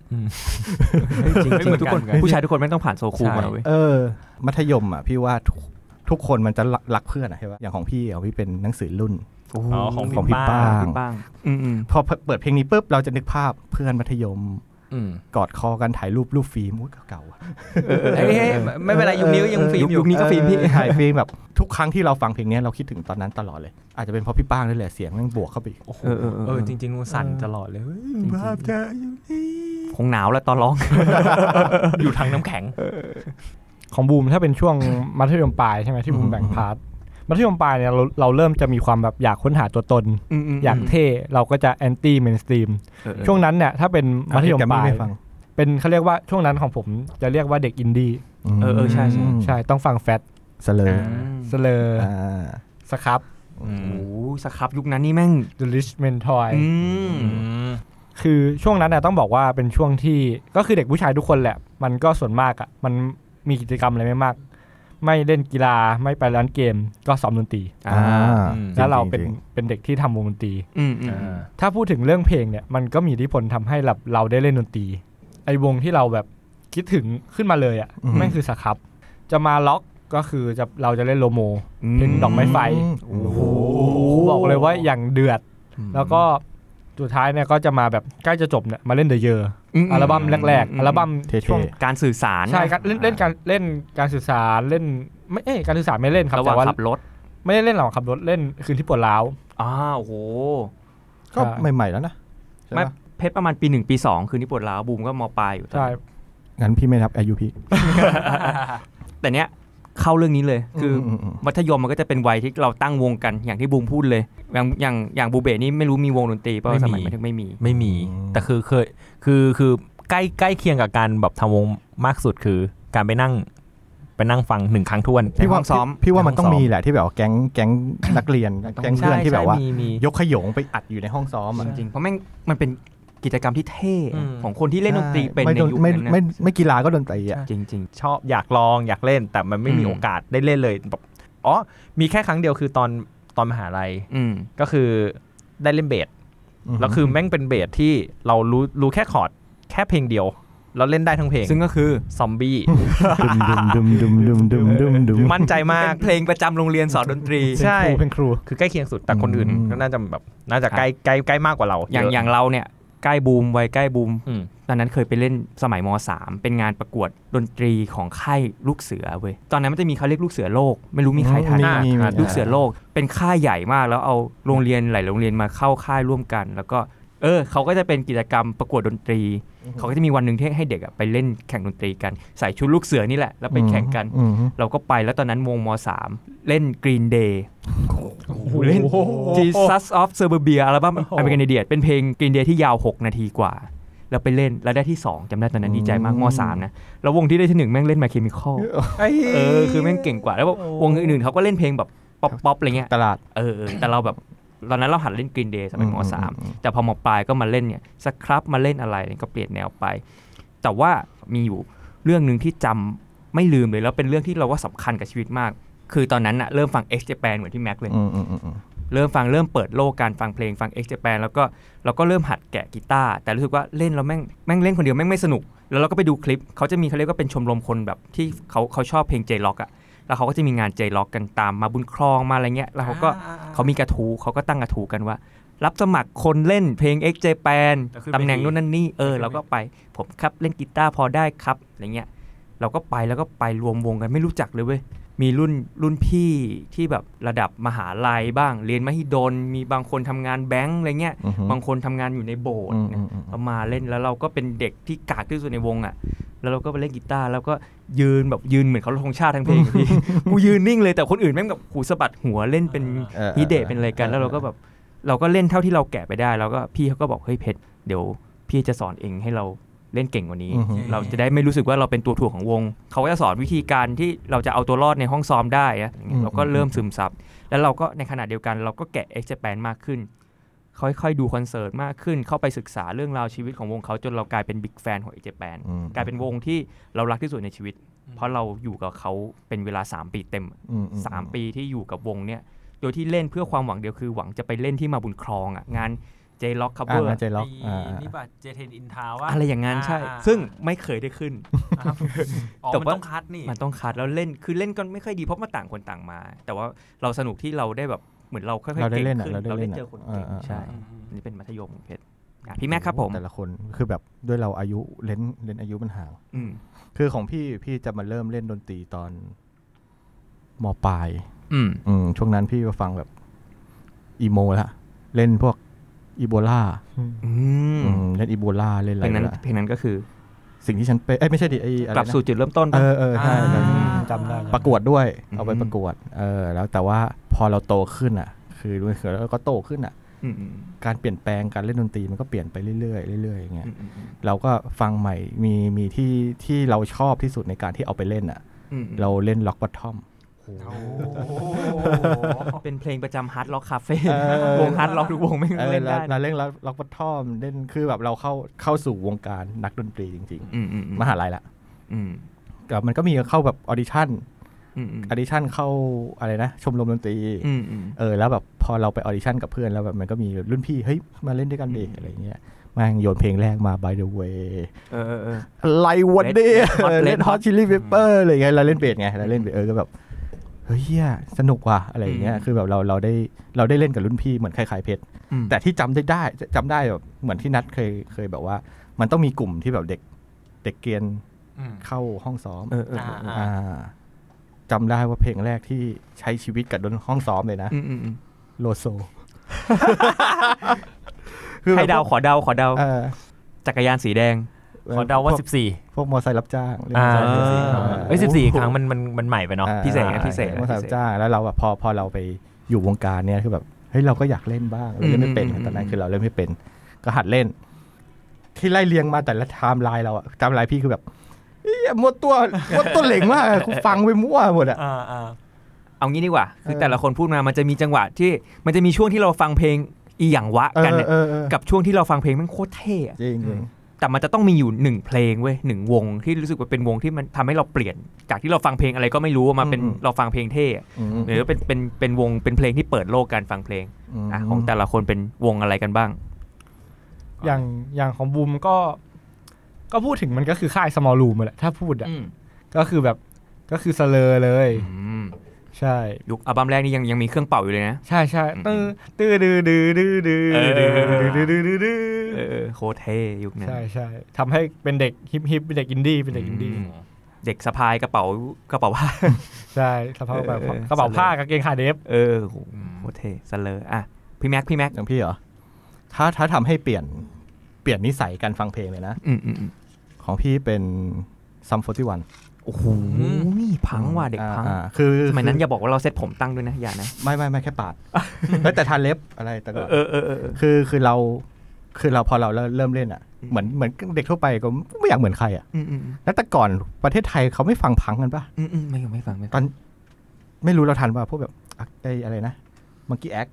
เฮ้ยจริง ไม่เหมือน ๆทุกคน กัน ผู้ชายทุกคนไม่งต้องผ่านโซคูมาเว้ย เออ มัธยมอ่ะพี่ว่าทุกทุกคนมันจะรักรักเพื่อนอะใช่ปะอย่างของพี่ของพี่เป็นหนังสือรุ่น อ๋อของ ของ พี่ พี่ ป้า ป้า พี่บ้าง อืมอืม พอเปิดเพลงนี้ปุ๊บเราจะนึกภาพเพื่อนมัธยม อืม กอดคอกันถ่ายรูปรูปฟิล์มอุ๊ยเก่าๆอะ เอ้ยเอ้ยไม่เป็นไรยุคนี้ก็ยังฟิล์มอยู่ คนี้ก็ฟิล์มพี่ถ่ายฟิล์มแบบทุกครั้งที่เราฟังเพลงเนี้ยเราคิดถึงตอนนั้นตลอดเลย อาจจะเป็นเพราะพี่ป้างนั่นแหละเสียงแมันบวกเข้าไปอีก เออเออ เอ เอ อ อ จริงๆสั่นตลอดเลยเฮ้ยภาพเธออยู่นี่ คงหนาวแล้วตอนร้อง อยู่ทางน้ำแข็ง ของบูมถ้าเป็นช่วง มัธยมปลายใช่ไหมที่บูมแบ่งพาร์ทมัธยมปลายเนี่ยเราเราเริ่มจะมีความแบบอยากค้นหาตัวตน อยากเท่เราก็จะแอนตี้เมนสตรีมช่วงนั้นเนี่ยถ้าเป็นมัธยมปลาย ไม่ฟัง เป็นเขาเรียกว่าช่วงนั้นของผมจะเรียกว่าเด็กอินดี้ เออเออใช่ใช่ ม ใช่ต้องฟังแฟต เสลอ สเลอ อ่า สครับ โอ้โหสครับยุคนั้นนี่แม่ง เดลิชเมนทอย อืม คือช่วงนั้นน่ะต้องบอกว่าเป็นช่วงที่ก็คือเด็กผู้ชายทุกคนแหละ มันก็ส่วนมากอ่ะมันมีกิจกรรมอะไรไม่มาก ไม่เล่นกีฬาไม่ไปร้านเกมก็ซ้อมดนตรี อ่า อ่า แล้วเราเป็น จงๆ เป็นเด็กที่ทำวงดนตรี อืมอืม ถ้าพูดถึงเรื่องเพลงเนี่ยมันก็มีอิทธิพลทำให้เราเราได้เล่นดนตรี ไอ้วงที่เราแบบคิดถึงขึ้นมาเลยอ่ะแม่งคือสครับ จะมาล็อกก็คือจะเราจะเล่นโลโม เพลงดอกไม้ไฟ โอ้โห บอกเลยว่าอย่างเดือด แล้วก็สุดท้ายเนี่ยก็จะมาแบบใกล้จะจบเนี่ยมาเล่นเดอะเยอ อัลบั้มแรก ๆ อัลบั้ม เท่ ช่วง การสื่อสาร ใช่ครับเล่นเล่นการเล่นการสื่อสารเล่นไม่เอ้ยการสื่อสารไม่เล่นครับ ระห แต่ ว่าง ว่า ขับรถ ไม่ได้เล่นหลังขับรถเล่นคืนที่ปวดร้าว อ่าโอ้โห ๆก็ใหม่ ๆ แล้วนะใช่ ไม่ ปะ เพชรประมาณปีหนึ่งปีสองคือนี่ปวดร้าวบูมก็มอปลายอยู่ตอน ใช่ นั้น งั้นพี่ไม่นับอายุพี่ แต่เนี้ยเข้าเรื่องนี้เลยคืออ มอืม มัธยมมันก็จะเป็นวัยที่เราตั้งวงกันอย่างที่บูมพูดเลย อย่างอย่างอย่างบูเบนี่ไม่รู้มีวงดนตรีเปล่า ไม่มี สมัยมันถึงไม่มี ไม่มี แต่คือเคยคือคือใกล้ใกล้เคียงกับการแบบทำวงมากสุดคือการไปนั่ง ไปนั่งฟังหนึ่งครั้งท้วน ในห้องซ้อม พี่พี่ว่ามันต้อง ในห้องซ้อม มีแหละที่แบบว่าแก๊งแก๊งนักเรียนแก๊งเพื่อนที่แบบว่า ใช่มีมี ยกขยงไปอัดอยู่ในห้องซ้อมอะ จริงๆเพราะแม่งมันเป็นกิจกรรมที่เท่ อืม ของคนที่เล่นดนตรีเป็น ไม่ ใน โดน ยุค ไม่ นั้น ไม่ นะ ไม่ไม่กีฬาก็ดนตรีอ่ะ จริง ชอบอยากลองอยากเล่นแต่มันไม่มี อืม โอกาสได้เล่นเลยแบบอ๋อมีแค่ครั้งเดียวคือตอนตอนมหาลัย ๆ อืม ก็คือได้เล่นเบสแล้วคือแม่งเป็นเบสที่เรารู้รู้แค่คอร์ดแค่เพลงเดียว แล้วเล่นได้ทั้งเพลง ซึ่งก็คือ ซอมบี้ ดุมดุมดุมดุมดุมดุม มั่นใจมาก เป็นเพลงประจำโรงเรียนสอนดนตรี ใช่ ครูเป็นครู คือใกล้เคียงสุดแต่คนอื่น อืม ก็น่าจะแบบน่าจะใกล้ใกล้ใกล้มากกว่าเรา อย่าง เะ อย่างเราเนี่ยใกล้บูมวัยใกล้บูม อืม ตอนนั้นเคยไปเล่นสมัยม .3 เป็นงานประกวดดนตรีของค่ายลูกเสือเว้ย ตอนนั้นมันจะมีเขาเรียกลูกเสือโลก ไม่รู้มีใครทัน มี อ่ะ มีมี ลูกเสือโลก เป็นค่ายใหญ่มากแล้วเอาโรงเรียนหลายโรงเรียนมาเข้าค่ายร่วมกัน แล้วก็ เออเขาก็จะเป็นกิจกรรมประกวดดนตรี เขาก็จะมีวันหนึ่งที่ให้เด็กอะไปเล่นแข่งดนตรีกัน ใส่ชุดลูกเสือนี่แหละแล้วไปแข่งกัน อืม เราก็ไปแล้วตอนนั้นวงม .3 เล่น Green Day เล่น Jesus of Suburbia อัลบั้ม American Idiot เป็นเพลง Green Day ที่ยาว 6 นาทีกว่า เราไปเล่นแล้วได้ที่ 2จำได้ตอนนั้นดีใจมากม .3 นะ แล้ววงที่ได้ที่ 1 แม่งเล่นมาเคมีคอลเออ คือแม่งเก่งกว่า แล้ววงอื่นๆเขาก็เล่นเพลงแบบป๊อปป๊อปอะไรเงี้ย ตลาด เออเออแต่เราแบบตอนนั้นเราหัดเล่น Green Day สมัยม อืม .3 แต่พอมปลายก็มาเล่นเนี่ยสครับมาเล่นอะไรก็เปลี่ยนแนวไป แต่ว่ามีอยู่เรื่องหนึ่งที่จำไม่ลืมเลยแล้วเป็นเรื่องที่เราว่าสำคัญกับชีวิตมาก คือตอนนั้นอะเริ่มฟัง X Japan เหมือนที่แม็กเลย อืมอืมอืมอืม เริ่มฟังเริ่มเปิดโลกการฟังเพลงฟัง X Japan แล้วก็เราก็เริ่มหัดแกะกีตาร์แต่รู้สึกว่าเล่นแล้วแม่งแม่งเล่นคนเดียวแม่งไม่สนุก แล้วเราก็ไปดูคลิปเขาจะมีเขาเรียกว่าเป็นชมรมคนแบบที่เขาเขาชอบเพลง J Rock อะแล้วเขาก็จะมีงาน J Rock กันตามมาบุญครองมาอะไรเงี้ยแล้วเขาก็เขามีกระทู้เขาก็ตั้งกระทู้กันว่า รับสมัครคนเล่นเพลง X Japan ตำแหน่งนู้นนั่นนี่เออเราก็ไปผมครับเล่นกีตาร์พอได้ครับอะไรเงี้ย เราก็ไปแล้วก็ไปรวมวงกันไม่รู้จักเลยเว้ย มีรุ่นรุ่นพี่ที่แบบระดับมหาลัยบ้าง เรียนมหิดล มีบางคนทำงานแบงก์อะไรเงี้ย อือฮึ บางคนทำงานอยู่ในโบสถ์เนี่ย อืมอืมอืม เรามาเล่นแล้วเราก็เป็นเด็กที่กากที่สุดในวงอ่ะ แล้วเราก็ไปเล่นกีตาร์แล้วก็ยืนแบบยืนเหมือนเขาธงชาติทั้งเพลงอะพี่ กูยืนนิ่งเลยแต่คนอื่นแม่งแบบหูสะบัดหัวเล่นเป็น ออออ ฮีเดทเป็นอะไรกันแล้วเราก็แบบเราก็เล่นเท่าที่เราแกะไปได้ แล้วก็พี่เขาก็บอกเฮ้ยเพชรเดี๋ยวพี่จะสอนเองให้เราเล่นเก่งกว่านี้ อือฮึ เราจะได้ไม่รู้สึกว่าเราเป็นตัวถ่วงของวง เขาก็จะสอนวิธีการที่เราจะเอาตัวรอดในห้องซ้อมได้อะอย่างเงี้ย อืม เราก็เริ่มซึมซับ แล้วเราก็ในขณะเดียวกันเราก็แกะเอ็กซ์แปนมากขึ้น ค่อยๆดูคอนเสิร์ตมากขึ้น เข้าไปศึกษาเรื่องราวชีวิตของวงเขาจนเรากลายเป็นบิ๊กแฟนของเอ็กซ์แปน อืม กลายเป็นวงที่เรารักที่สุดในชีวิต เพราะเราอยู่กับเขาเป็นเวลาสามปีเต็ม อือื สามปีที่อยู่กับวงเนี่ย โดยที่เล่นเพื่อความหวังเดียวคือหวังจะไปเล่นที่มาบุญครองอ่ะ งานเจล็อกคัพเว อ่า อร์ งานใจล็อกอ่า นี่ป่ะเจเทนอินทาวะ อะไรอย่างงั้นใช่ อ่า ซึ่งไม่เคยได้ขึ้น แต่ แต่ ว่า ว่าต้องคัดนี่ มันต้องคัดแล้วเล่นคือเล่นกันไม่ค่อยดีเพราะมันต่างคนต่างมา แต่ว่าเราสนุกที่เราได้แบบเหมือนเราค่อย เรา ๆ ได้ เก่ง เล่นอ่ะ ขึ้น เราได้ เรา เล่ ได้ น เจอคนเก่งใช่นี่เป็นมัธยมของเพชรอ่ะพี่แม็กครับผม แต่ละคนคือแบบด้วยเราอายุเลนเลนอายุมันห่าง อืม คือของพี่พี่จะมาเริ่มเล่นดนตรีตอนมปลาย อืม อืมช่วงนั้นพี่มาฟังแบบอีโมละเล่นพวกอีโบลา อืม เล่นอีโบลาเล่นอะไร เพลงนั้น ละ เพลงนั้นก็คือ สิ่งที่ฉันเป็นเอ้ยไม่ใช่ดิไอ้อะไร กลับ นะ สู่จุดเริ่มต้น เอ ปะ อเออใช่ อ่า จำได้ ประกวดด้วย อืม เอาไปประกวดเออแล้วแต่ว่าพอเราโตขึ้นอ่ะ คือด้วยคือแล้วก็โตขึ้นอ่ะ อืมอืม การเปลี่ยนแปลงการเล่นดนตรีมันก็เปลี่ยนไปเรื่อยๆเรื่อยๆอย่างเงี้ย อืมอืม เราก็ฟังใหม่มีมีที่ที่เราชอบที่สุดในการที่เอาไปเล่นอ่ะ อืม เราเล่นล็อกบอททอม เป็นเพลงประจำฮาร์ดล็อกคาเฟ่ เออ วงฮาร์ดล็อกทุกวงไม่ง เออ เล่น เรา ได้ เรา นะ เล่นล็อกบอททอมเล่นคือแบบเราเข้าเข้าสู่วงการนักดนตรีจริง อืมอืมอืม ๆ มหาลัยละ อืม แต่มันก็มีเข้าแบบออดิชั่น อืมอืม ออดิชั่นเข้าอะไรนะ ชมรมดนตรี อืมอืม เออแล้วแบบพอเราไปออดิชั่นกับเพื่อนแล้วแบบมันก็มีรุ่นพี่ เฮ้ย มาเล่นด้วยกันดิ อืม อะไรเงี้ยมาโยนเพลงแรกมา by the way เออเออเออ อะไรวันเดีย Red Hot Red เล่น Hot hot chili pepper อะไรเงี้ยเราเล่นเบสไงเราเล่นเบสเออก็แบบ เฮ้ยเหี้ยสนุกว่ะอะไรเงี้ย อืม คือแบบเราเราได้เราได้เล่นกับรุ่นพี่เหมือนคล้ายๆเพชร อืม แต่ที่จำได้ได้จำได้แบบเหมือนที่นัดเคยเคยแบบว่า มันต้องมีกลุ่มที่แบบเด็กเด็กเกรียนเข้าห้องซ้อม เออเออเออ อ่าจำได้ว่าเพลงแรกที่ใช้ชีวิตกับดนห้องซ้อมเลยนะ อืมอืมอืม โลโซ ให้เดาขอเดาขอเดา เออ จักรยานสีแดง ขอเดาว่า พก 14 พวกมอไซค์รับจ้างเรียก อ่าม อไซค์รับจ้าง อ่า เอ้ยสิบสี่ครั้งมันมันมันใหม่ไปเนาะ อ่า พิเศษ อ่า พิเศษ มอไซค์ พิเศรัษ บจ้างแล้วเราแบบพอพอเราไปอยู่วงการเนี้ยคือแบบเฮ้ยเราก็อยากเล่นบ้างเราเล่นไม่เป็น อืม ตอนนั้นคือเราเล่นไม่เป็น ก็หัดเล่น ที่ไล่เรียงมาแต่ละไทม์ไลน์เราอะไทม์ไลน์พี่คือแบบเหี้ยมัวตัวมัวตัวเหล่งมากอะกูฟังไปมั่วหมดอะ อ่าอ่า เอางี้ดีกว่า คือ เออ แต่ละคนพูดมามันจะมีจังหวะที่มันจะมีช่วงที่เราฟังเพลงอีหยังวะ เอ กัน อ เนี่ย เออเออ กับช่วงที่เราฟังเพลงแมันโคตรเท่อะ จริงจริง แต่มันจะต้องมีอยู่หนึ่งเพลงเว้ยหนึ่งวงที่รู้สึกว่าเป็นวงที่มันทำให้เราเปลี่ยน จากที่เราฟังเพลงอะไรก็ไม่รู้มาเป็นเราฟังเพลงเท่อะ อืม หรือเป็นเป็นเป็นวงเป็นเพลงที่เปิดโลกการฟังเพลงอ่ะของแต่ละคนเป็นวงอะไรกันบ้าง อย่างอย่างของบูมก็ ก็พูดถึงมันก็คือค่าย small room แหละถ้าพูดอ่ะ อืม ก็คือแบบก็คือเสลอเลย อืม ใช่ ยุคอัลบั้มแรกนี่ยังยังมีเครื่องเป่าอยู่เลยนะ ใช่ใช่ อืม ตื้อดื้อดื้อดื้อดื้อดื้อดื้อดื้อดื้อดื้ เอ อ อโคตรเท่ยุคนั้น ใช่ใช่ทำให้เป็นเด็กฮิปฮิปเป็นเด็กอินดี้เป็นเด็กอินดี้ อืมเด็กสะพายกระเป๋ากระเป๋าผ้า ใช่สภาพแบบ เออเออ กระเป๋าผ้ากางเกงขาเดฟ เออโหโคตรเท่สเลออ่ะพี่แม็กพี่แม็ก อย่างพี่เหรอถ้าถ้าทำให้เปลี่ยนเปลี่ยนนิสัยการฟังเพลงเลยนะ อืมอืมอืม ของพี่เป็นซัมโฟติวัน โอ้โหนี่พังว่ะเด็กพัง อ่าอ่าคือ สมัยนั้นอย่าบอกว่าเราเซ็ตผมตั้งด้วยนะอย่านะ ไม่ไม่ไม่แค่ ปาดเฮ้ยแต่ทานเล็บอะไรแต่ก่อน เออเออเออเออ คือคือเราคือเราพอเราเริ่มเล่นอ่ะ อืม เหมือนเหมือนเด็กทั่วไปก็ไม่อยากเหมือนใครอ่ะ อืมอืม แล้วแต่ก่อนประเทศไทยเขาไม่ฟังพังกันปะ อืมอืมไม่ไม่ฟังไม่ ตอนไม่รู้เราทันป่ะพวกแบบอ่ะไออะไรนะมังกี้แอค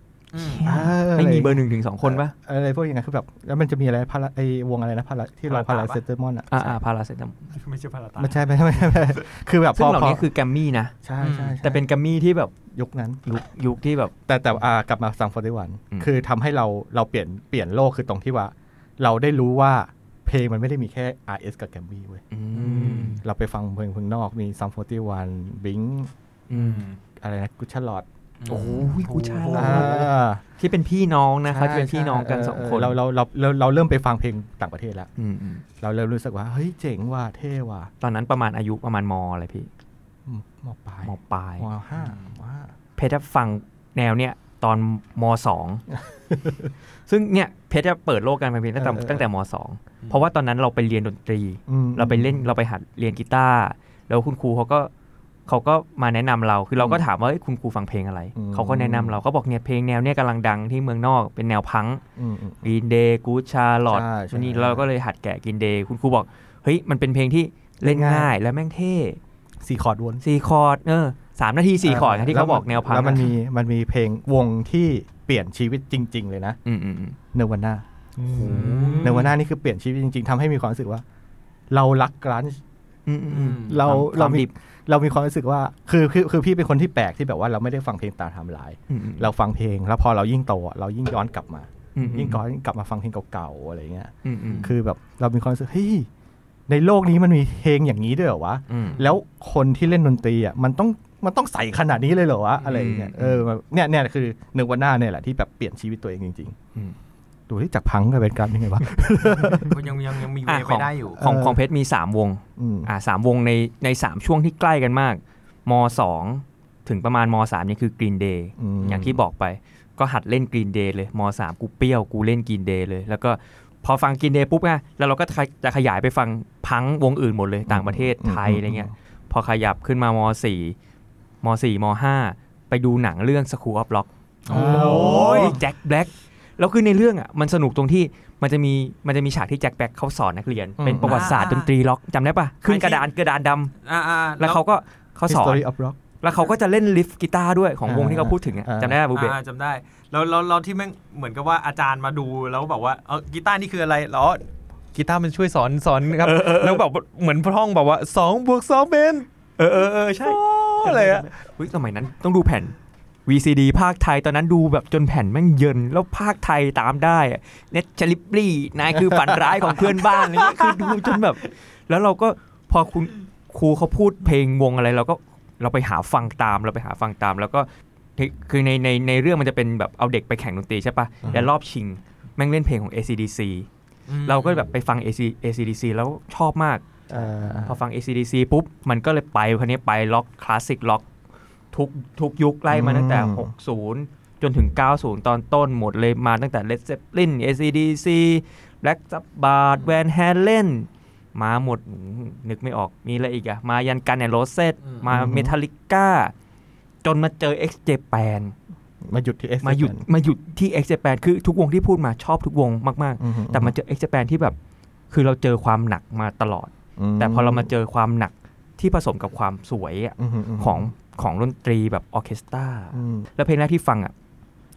อ่าอะไร ไม่มีเบอร์หนึ่งถึงสองคนปะ อะไรพวกอย่างเงี้ยคือแบบแล้วมันจะมีอะไรพาราไอวงอะไรนะพาราที่เราพารา พาราตะปะ เซตมอนอ่ะ อ่าอ่าพาราเซตามอล ไม่ใช่พาราตา ไม่ใช่ไม่ใช่ไม่ใช่ไม่ใช่คือแบบ ซึ่ พ ง อ เหล่า พอ นี้คือแกรมมี่นะ ใช่ใช่ใช่ แต่เป็นแกรมมี่ที่แบบ ยุคนั้น ยุคยุคที่แบบ แต่แต่อ่ากลับมาซัมฟอร์ติวัน อืม คือทำให้เราเราเปลี่ยนเปลี่ยนโลกคือตรงที่ว่า เราได้รู้ว่าเพลงมันไม่ได้มีแค่ RS กับแกมมี่เว้ย อืม เราไปฟังเพลงเพลงนอกมีซัมฟอร์ติวันบิง อืม อะไรนะกุชลอด โอ้โหกูชา อ่ ลา า ที่เป็นพี่น้องนะเขา ใช่ จะเป็นพี่น้องกัน ใช่ สองคน เราเราเราเราเราเริ่มไปฟังเพลงต่างประเทศแล้ว อืมอืม เราเริ่มรู้สึกว่า เฮ้ยเจ๋งว่ะเท่ว่ะ ตอนนั้นประมาณอายุประมาณมอะไรพี่ อืมมปลาย มปลาย มห้ามห้า เพชรจะฟังแนวเนี้ยตอนมส อง ซึ่งเนี่ยเพชรจะเปิดโลกการฟังเพลงตั้งแต่ตั้งแต่มสองเพราะว่าตอนนั้นเราไปเรียนดนตรี อืม เราไปเล่นเราไปหัดเรียนกีตาร์แล้วคุณครูเขาก็เขาก็มาแนะนำเราคือเราก็ถามว่าเอ้ยคุณครูฟังเพลงอะไร อืม เขาก็แนะนำเราก็บอกเนี่ยเพลงแนวเนี้ยกำลังดังที่เมืองนอกเป็นแนวพัง อืมอืม ก e ีนเดย์กูชาลอต ใช่ใช่ นี่ ใช่ เราก็เลยหัดแกะก e นเดย์คุณครูบอก เฮ้ย มันเป็นเพลงที่เล่น ง่าย ง่ายและแม่งเท่ สี่คอร์ดวน สี่คอร์ดเออสามนาทีสี่คอร์ดไงที่เขาบอกแนวพัง แล้วมัน อะ มีมันมีเพลงวงที่เปลี่ยนชีวิตจริง ๆ เลยนะ อืมอืมอืม เนวาน่าเนวาน่านี่คือเปลี่ยนชีวิตจริง ๆทำให้มีความรู้สึกว่า เรารักกรันช์ อืมอืมอืม เรา ความความเรามี ดิบ เรามีความรู้สึกว่าคือคือคือพี่เป็นคนที่แปลกที่แบบว่าเราไม่ได้ฟังเพลงตามไทม์ไลน์ อืมอืม เราฟังเพลง แล้วพอเรายิ่งโตอะเรายิ่งย้อนกลับมา อืม ยิ่งย้อนกลับมาฟังเพลงเก่าๆอะไรเงี้ย อืมอืม คือแบบเรามีความรู้สึกเฮ้ยในโลกนี้มันมีเพลงอย่างนี้ด้วยเหรอวะ ม แล้วคนที่เล่นดนตรีอ่ะมันต้องมันต้องใส่ขนาดนี้เลยเหรอวะอะไรเงี้ย อืม เออมันเนี่ยเนี่ยคือเนวาน่าเนี่ยแหละที่แบบเปลี่ยนชีวิตตัวเองจริง อืม ๆดูที่จากพังกับเป็นกรันยังไงวะ ยังยังยังมีเว อ่ะ ไป ของ ได้อยู่ ของ เออ ของเพชรมีสามวง อืม อ่าสามวงในในสามช่วงที่ใกล้กันมากมสองถึงประมาณมสามนี่คือกรีนเดย์ อืม อย่างที่บอกไป ก็หัดเล่นกรีนเดย์เลยมสามกูเปรี้ยวกูเล่นกรีนเดย์เลย แล้วก็ พอฟังกินเดย์ปุ๊บไงแล้วเราก็จะขยายไปฟังพังวงอื่นหมดเลยต่างประเทศ อืม ไทย อืม อะไรเงี้ยพอขยับขึ้นมามสี่มสี่มห้าไปดูหนังเรื่อง School of Rock โอ้ย แจ็คแบล็กแล้วคือในเรื่องอ่ะมันสนุกตรงที่มันจะมีมันจะมีฉากที่แจ็คแบล็กเขาสอนนักเรียน อืม เป็นประวัติศาสตร์ดนตรีล็อกจำได้ปะขึ้นกระดานกระดานดำ อ่าๆ แล้วเขาก็เขาสอน History of Rock แล้วเขาก็จะเล่นลิฟกีตาร์ด้วยของวง อ่า ที่เขาพูดถึงอะ อ่า จำได้ปะบูเบะ อ่าจำได้แล้วแล้วแล้วที่แม่งเหมือนกับว่าอาจารย์มาดูแล้วบอกว่าเออกีตาร์นี่คืออะไรเหรอกีตาร์มันช่วยสอนสอนครับแล้วแบบเหมือนพร่องแบบว่าสองบวกสองเป็น เออเออเออใช่ โอ้อะไรอะ เฮ้ยสมัยนั้นต้องดูแผ่น VCD ภาคไทยตอนนั้นดูแบบจนแผ่นแม่งเยิน แล้วภาคไทยตามได้อะเน็ตชลิปลี่นายคือฝันร้ายของเพื่อนบ้านอะไรเงี้ยคือดูจนแบบ แล้วเราก็พอคุณครูเขาพูดเพลงวงอะไร เราก็เราไปหาฟังตามเราไปหาฟังตาม แล้วก็คือคือในในในเรื่องมันจะเป็นแบบเอาเด็กไปแข่งดนตรีใช่ปะแล้วรอบชิงแม่งเล่นเพลงของ ACDC เราก็แบบไปฟัง AC ACDC แล้วชอบมาก อ่า พอฟัง ACDC ปุ๊บ มันก็เลยไปคันนี้ไปล็อกคลาสสิกล็อกทุกทุกยุคไล่มาตั้งแต่ อืม 60 จนถึง 90 ตอนต้นหมดเลยมาตั้งแต่ Led Zeppelin ACDC Black Sabbath Van Halen มาหมดอืมนึกไม่ออกมีอะไรอีกอะมายันกันแอนโรเซตมาเมทัลลิก้าจนมาเจอ X Japan มาหยุดที่ S มาหยุดมาหยุดที่ X Japan คือทุกวงที่พูดมาชอบทุกวงมาก อื ๆ แต่มาเจอ X Japan ที่แบบ คือเราเจอความหนักมาตลอด ม แต่พอเรามาเจอความหนักที่ผสมกับความสวยอะ มม ของของดนตรีแบบออร์เคสตรา อืม แล้วเพลงแรกที่ฟังอ่ะ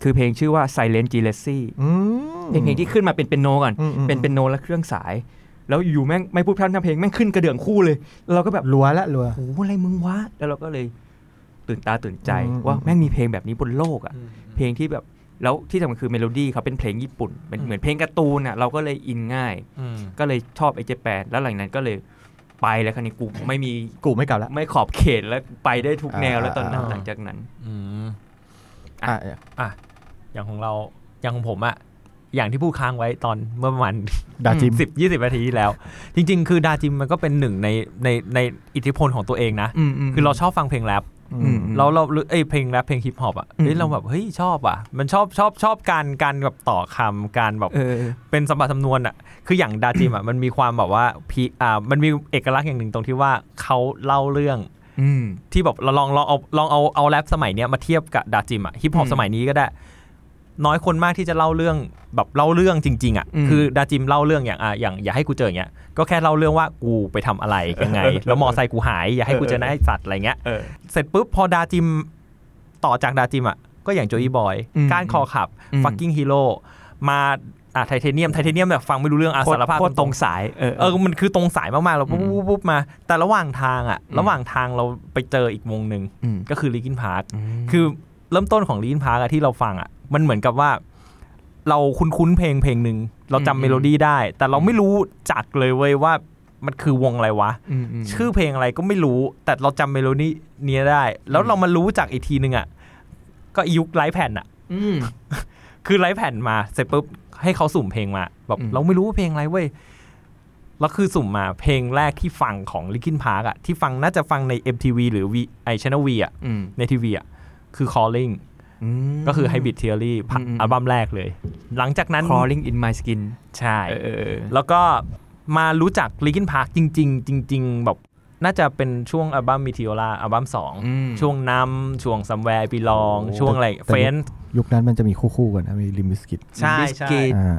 คือเพลงชื่อว่า Silent Jealousy อืม เป็นเพลงที่ขึ้นมาเป็นเป็นโนก่อน อืมอืม เป็นเป็นโนและเครื่องสาย แล้วอยู่แม่งไม่พูดพร่ำทำเพลงแม่งขึ้นกระเดื่องคู่เลยแล้วเราก็แบบ รัวละรัว โอ้โหอะไรมึงวะ แล้วเราก็เลยตื่นตาตื่นใจ อืม ว่าแม่งมีเพลงแบบนี้บนโลกอ่ะ เพลงที่แบบแล้วที่สำคัญคือเมโลดี้เขาเป็นเพลงญี่ปุ่นเป็นเหมือนเพลงการ์ตูนอ่ะเราก็เลยอินง่าย ก็เลยชอบไอ้เจแปนแล้วหลังจากนั้นก็เลยไปแล้วคันนี้กูไม่มี กูไม่กลับละ ไม่ขอบเขตแล้วไปได้ทุกแนวแล้วตอนนั้น อ่า หลังจากนั้น อ่ะ อย่างของเราอย่างของผมอะอย่างที่พูดค้างไว้ตอนเมื่อประมาณ ดาจิม สิบยี่สิบนาทีที่แล้ว จริง ๆ คือดาจิมมันก็เป็นหนึ่งในในในอิทธิพลของตัวเองนะ อืมม คือเราชอบฟังเพลงแรป เราเราเอ้ยเพลงแรปเพลงฮิปฮอปอ่ะเฮ้ อื ย ม เราแบบเฮ้ยชอบอ่ะ มันชอบชอบชอบการการแบบต่อคำการแบบ เออ เป็นสมบัติสำนวนอ่ะ คืออย่างดาจิมอ่ะ มันมีความแบบว่าพีอ่ามันมีเอกลักษณ์อย่างหนึ่งตรงที่ว่าเขาเล่าเรื่อง อืม ที่แบบเราลองลองเอาลองเอาเอาแรปสมัยเนี้ยมาเทียบกับดาจิมอ่ะฮิปฮอป อืม สมัยนี้ก็ได้ น้อยคนมากที่จะเล่าเรื่องแบบเล่าเรื่องจริง ๆอ่ะ อืม คือดาจิมเล่าเรื่องอย่างอ่ะอย่างอย่าให้กูเจออย่างเงี้ยก็แค่เล่าเรื่องว่ากูไปทำอะไรยังไง แล้วมอไซค์กูหายอย่าให้กูเจอหน้าไอ้สัตว์อะไรเงี้ย เออ เสร็จปุ๊บพอดาจิมต่อจากดาจิมอ่ะก็อย่างโจอีบอย อืม ก้านคอขับ อืม ฟักกิ้งฮีโร่มาอ่ะไทเทเนียมไทเทเนียมแบบฟังไม่รู้เรื่องอาสารภาพ โคตรตรงสาย เออ เออมันคือตรงสายมากๆเราปุ๊บ อืม ปุ๊บปุ๊บมา แต่ระหว่างทางอ่ะ อืม ระหว่างทางเราไปเจออีกวงหนึ่ง อืม ก็คือลิกินพาร์ค คื คือ อเริ่มต้นของลิกินพาร์คที่เราฟังอ่ะ มันเหมือนกับว่า เราคุ้นๆเพลงเพลงหนึ่งเราจำ อืม เมโลดี้ได้ แต่เราไม่รู้จักเลยเว้ยว่ามันคือวงอะไรวะ มม ชื่อเพลงอะไรก็ไม่รู้ แต่เราจำเมโลดี้เนี้ยได้ แล้วเรามารู้จากอีกทีนึงอ่ะ ก็ยุคไลฟ์แผ่นอ่ะ คือไลฟ์แผ่นมาเสร็จปุ๊บให้เขาสุ่มเพลงมาแบบ อืม เราไม่รู้ว่าเพลงอะไรเว้ยแล้วคือสุ่มมาเพลงแรกที่ฟังของลิคินพาร์กอ่ะ ที่ฟังน่าจะฟังใน MTV หรือ V ไอช n นวีอ่ะ อืม ในทีวีอ่ะ คือ Calling อืม ก็คือ Hybrid Theory ภาค อืมอืม อัลบั้มแรกเลย หลังจากนั้น crawling in my skin ใช่ เออเออเออ แล้วก็มารู้จักลิกินพาร์คจริง ๆ จริง ๆ แบบน่าจะเป็นช่วงอัลบั้มมิทิโอลาอัลบั้มสอง อืม ช่วงนำช่วงซัมแวร์บีลอง โอ้ ช่วงอะไร แต่ เฟ ยุ น ค ยุคนั้นมันจะมีคู่ๆกันนะมีลิมิสกิต ใช่ใช่ Biscuit อ่า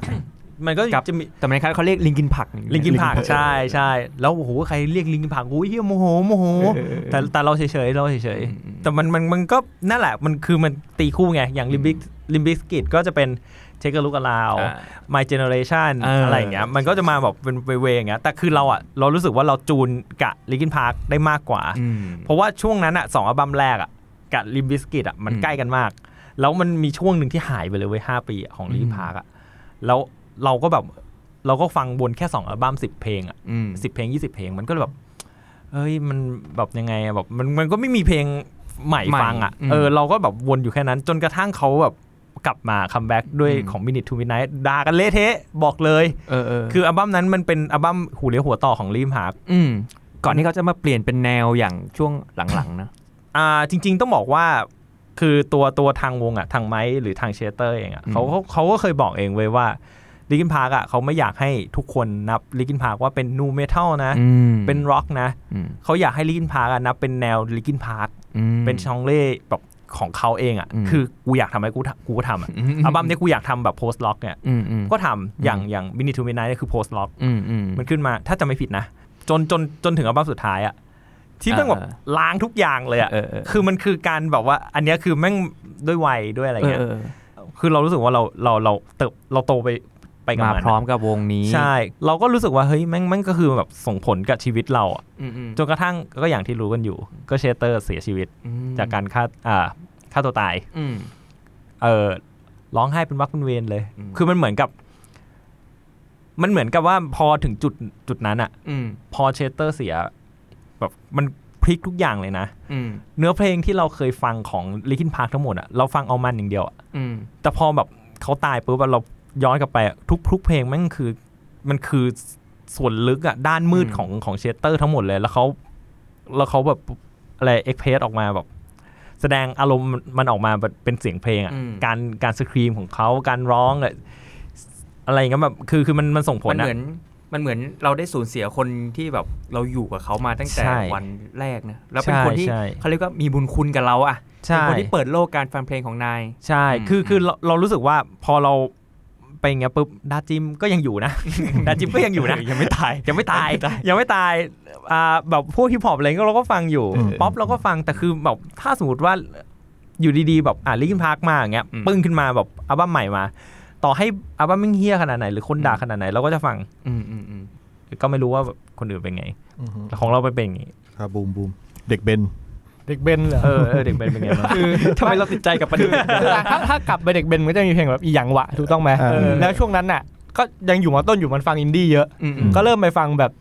มันก็ กับ จะมี แต่ในครั้งเขาเรียกลิงกินผัก ลิกินพาร์คใช่ใช่แล้วโอ้โหใครเรียกลิกินพาร์คโอ้ยเฮียโมโหโมโห เออเออ แต่แต่เราเฉยๆเราเฉย อืม ๆ แต่มันมันมันก็นั่นแหละมันคือมันตีคู่ไง อย่างลิมบิกลิมบิสกิตก็จะเป็นเชคเกอร์ลูกอลาว อ่า My Generation เอออ อะไรอย่างเงี้ยมันก็จะมาแบบเป็นเวย์ๆอย่างเงี้ยแต่คือเราอ่ะ เรารู้สึกว่าเราจูนกับลิกินพาร์คได้มากกว่า อืม เพราะว่าช่วงนั้นอ่ะสองอัลบั้มแรกอ่ะกับลิมบิสกิตอ่ะมัน อืม ใกล้กันมาก แล้วมันมีช่วงหนึ่งที่หายไปเลยเว้ยห้าปีอะของ อืม ลิกินพาร์คอ่ะแล้วเราก็แบบเราก็ฟังวนแค่สองอัลบั้มสิบเพลงอ่ะ อืม สิบเพลงยี่สิบเพลงมันก็แบบเอ้ยมันแบบยังไงอะแบบมันมันก็ไม่มีเพลงใหม่ ใหม่ ฟังอ่ะ อืม เออเราก็แบบวนอยู่แค่นั้น จนกระทั่งเขาแบบกลับมาคัมแบ็กด้วย อืม ของ Minute to Midnight ด่ากันเละเทะบอกเลย เออเออ คืออัลบั้มนั้นมันเป็นอัลบั้มหูเลี้ยวหัวต่อของลิมฮาร์ก มก่อนที่เขาจะมาเปลี่ยนเป็นแนวอย่างช่วงหลังๆนะ อ่าจริง ๆ ต้องบอกว่า คือตัวตัวทางวงอ่ะ ทางไมค์หรือทางเชสเตอร์เองอ่ะ อืม เขาเขาก็เคยบอกเองเว้ยว่า ลิกินพาร์กอ่ะเขาไม่อยากให้ทุกคนนับลิกินพาร์กว่าเป็นนูเมทัลนะ อืม เป็นร็อกนะ อืม เขาอยากให้ลิกินพาร์กนับเป็นแนวลิกินพาร์ก อืม เป็นชองเล่แบบของเขาเองอ่ะ อืม คือกูอยากทำอะไรกูทำกูก็ทำอะ อื อัลบั้มเนี้ยกูอยากทำแบบโพสต์ล็อกเนี่ย อืมอืม ก็ทำอย่างอย่างบินิทูมินไนเนี่ยคือโพสต์ล็อก อืมอืม มันขึ้นมาถ้าจะไม่ผิดนะ จนจนจนถึงอัลบั้มสุดท้ายอะที่แม่งแบบ อ่า ล้างทุกอย่างเลยอะ เออเออ คือมันคือการแบบว่า อันเนี้ยคือแม่งด้วยวัยด้วยอะไรเงี้ย เออเออ คือเรารู้สึกว่าเราเราเราเติบเราโตไปไปกับ มา มัน พร้อมกับวงนี้ ใช่ เราก็รู้สึกว่าเฮ้ยแม่งแม่งก็คือแบบส่งผลกับชีวิตเราอะ อืมอืม จนกระทั่งก็อย่างที่รู้กันอยู่ ก็เชเตอร์เสียชีวิต อืม จากการฆ่าอ่าฆ่าตัวตาย อืม เออร้องไห้เป็นวักเป็นเวรเลย อืม คือมันเหมือนกับ มันเหมือนกับว่าพอถึงจุดจุดนั้นอะ อืม พอเชสเตอร์เสียแบบมันพลิกทุกอย่างเลยนะ อืม เนื้อเพลงที่เราเคยฟังของลิคินพาร์คทั้งหมดอะเราฟังเอามันอย่างเดียวอะ อืม แต่พอแบบเขาตายปุ๊บอะเราย้อนกลับไปอะทุกทุกเพลงแมันคือมันคือส่วนลึกอะด้านมืดของของเชสเตอร์ทั้งหมดเลยแล้วเขาแล้วเขาแบบอะไรเอ็กเพรสออกมาแบบ แสดงอารมณ์มันออกมาแบบเป็นเสียงเพลงอะการการสครีมของเขาการร้องอะอะไรอย่างเงี้ยแบบคือคือมันมันส่งผล มัน อะ เหมือนมันเหมือนเราได้สูญเสียคนที่แบบเราอยู่กับเขามาตั้งแต่ ใช่ วันแรกนะแล้วเป็นคนที่ ใช่ใช่ เขาเรียกว่ามีบุญคุณกับเราอะเป็ใช่นคนที่เปิดโลกการฟังเพลงของนาย ใช่ คือ อืม คือเราเรารู้สึกว่าพอเราไปอย่างเงี้ยปุ๊บ ดาจิมก็ยังอยู่นะ ดาจิมก็ยังอยู่นะ ยังไม่ตาย ยังไม่ตาย ยังไม่ตาย อ่า แบบพวกฮิปฮอปอะไรก็เราก็ฟังอยู่ อืม ป๊อปเราก็ฟัง แต่คือแบบถ้าสมมติว่าอยู่ดีๆ แบบ อ่าลิกินพาร์คมาอย่างเงี้ย อืม ปึ้งขึ้นมาแบบอัลบั้มใหม่มา ต่อให้อัลบั้มมิ่งเฮี้ยขนาดไหน หรือคนด่าขนาดไหนเราก็จะฟัง อืมอืมอืม ก็ไม่รู้ว่าแบบคนอื่นเป็นไง อือฮึ แต่ของเราเป็นเป็นอย่างงี้ ครับบูมบูมเด็กเบน เด็กเบนเหรอ เออเออเด็ก เป็นเป็นไงบ้างทำไมเราติดใจกับประเด็น คือถ้าถ้ากลับไปเด็กเบนมันก็จะมีเพลงแบบอีหยังวะถูกต้องไหม เออ แล้วช่วงนั้นน่ะ ก็ยังอยู่มอต้นอยู่มันฟังอินดี้เยอะ อืมอืม ก็เริ่มไปฟังแบบ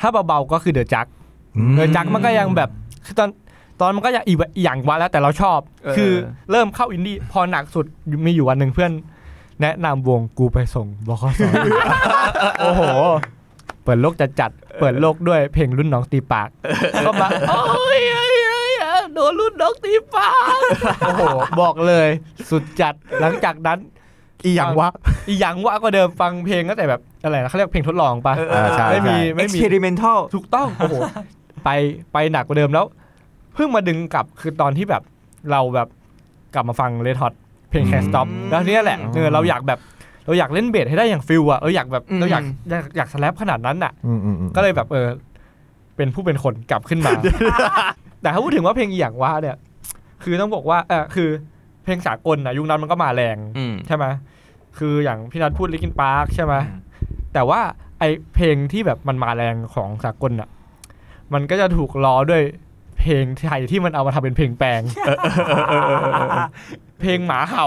ถ้าเบาๆก็คือเดอะจักเดอะจักมันก็ยังแบบคือตอนตอนมันก็ยังอีอีอย่างวะแล้วแต่เราชอบ เออ คือเริ่มเข้าอินดี้พอหนักสุดมีอยู่วันหนึ่งเพื่อน แนะนำวงกูไปส่งบค สโอ้โห เปิดโลกจะจัดๆเปิดโลกด้วยเพลงรุ่นน้องตีปากก็ มาโอ้ยเอ้ยเอ้ยเอ้ยโดนรุ่นน้องตีปากโอ้โหบอกเลย สุดจัดหลังจากนั้น อีหยังวะ อีหยังวะก็เดิมฟังเพลงก็แต่แบบอะไรนะเขาเรียกเพลงทดลองปะ เออใช่ ไม่มี ใช่ ไม่มี experimental ถูกต้อง โอ้โห ไปไปหนักกว่าเดิมแล้ว เพิ่งมาดึงกลับคือตอนที่แบบเราแบบกลับมาฟังเลทอตเพลงแคสต็อปแล้วเนี้ยแหละเออเราอยากแบบเราอยากเล่นเบสให้ได้อย่างฟิลอะเราอยากแบบ อืม เราอยากอยากอยากสแลปขนาดนั้นอะ อืมอืมอืม ก็เลยแบบเออเป็นผู้เป็นคนกลับขึ้ นมา แต่ถ้าพูดถึงว่าเพลงอีหยังวะเนี่ย คือต้องบอกว่าเออคือเพลงสากลอะยุคนั้นมันก็มาแรง อื ม ใช่ไหมคืออย่างพี่นัทพูดลิกินปาร์คใช่ไหมแต่ว่าไอเพลงที่แบบมันมาแรงของสากลอ่ะ มันก็จะถูกล้อด้วยเพลงไทยที่มันเอามาทำเป็นเพลงแปลง เพลงหมาเห่า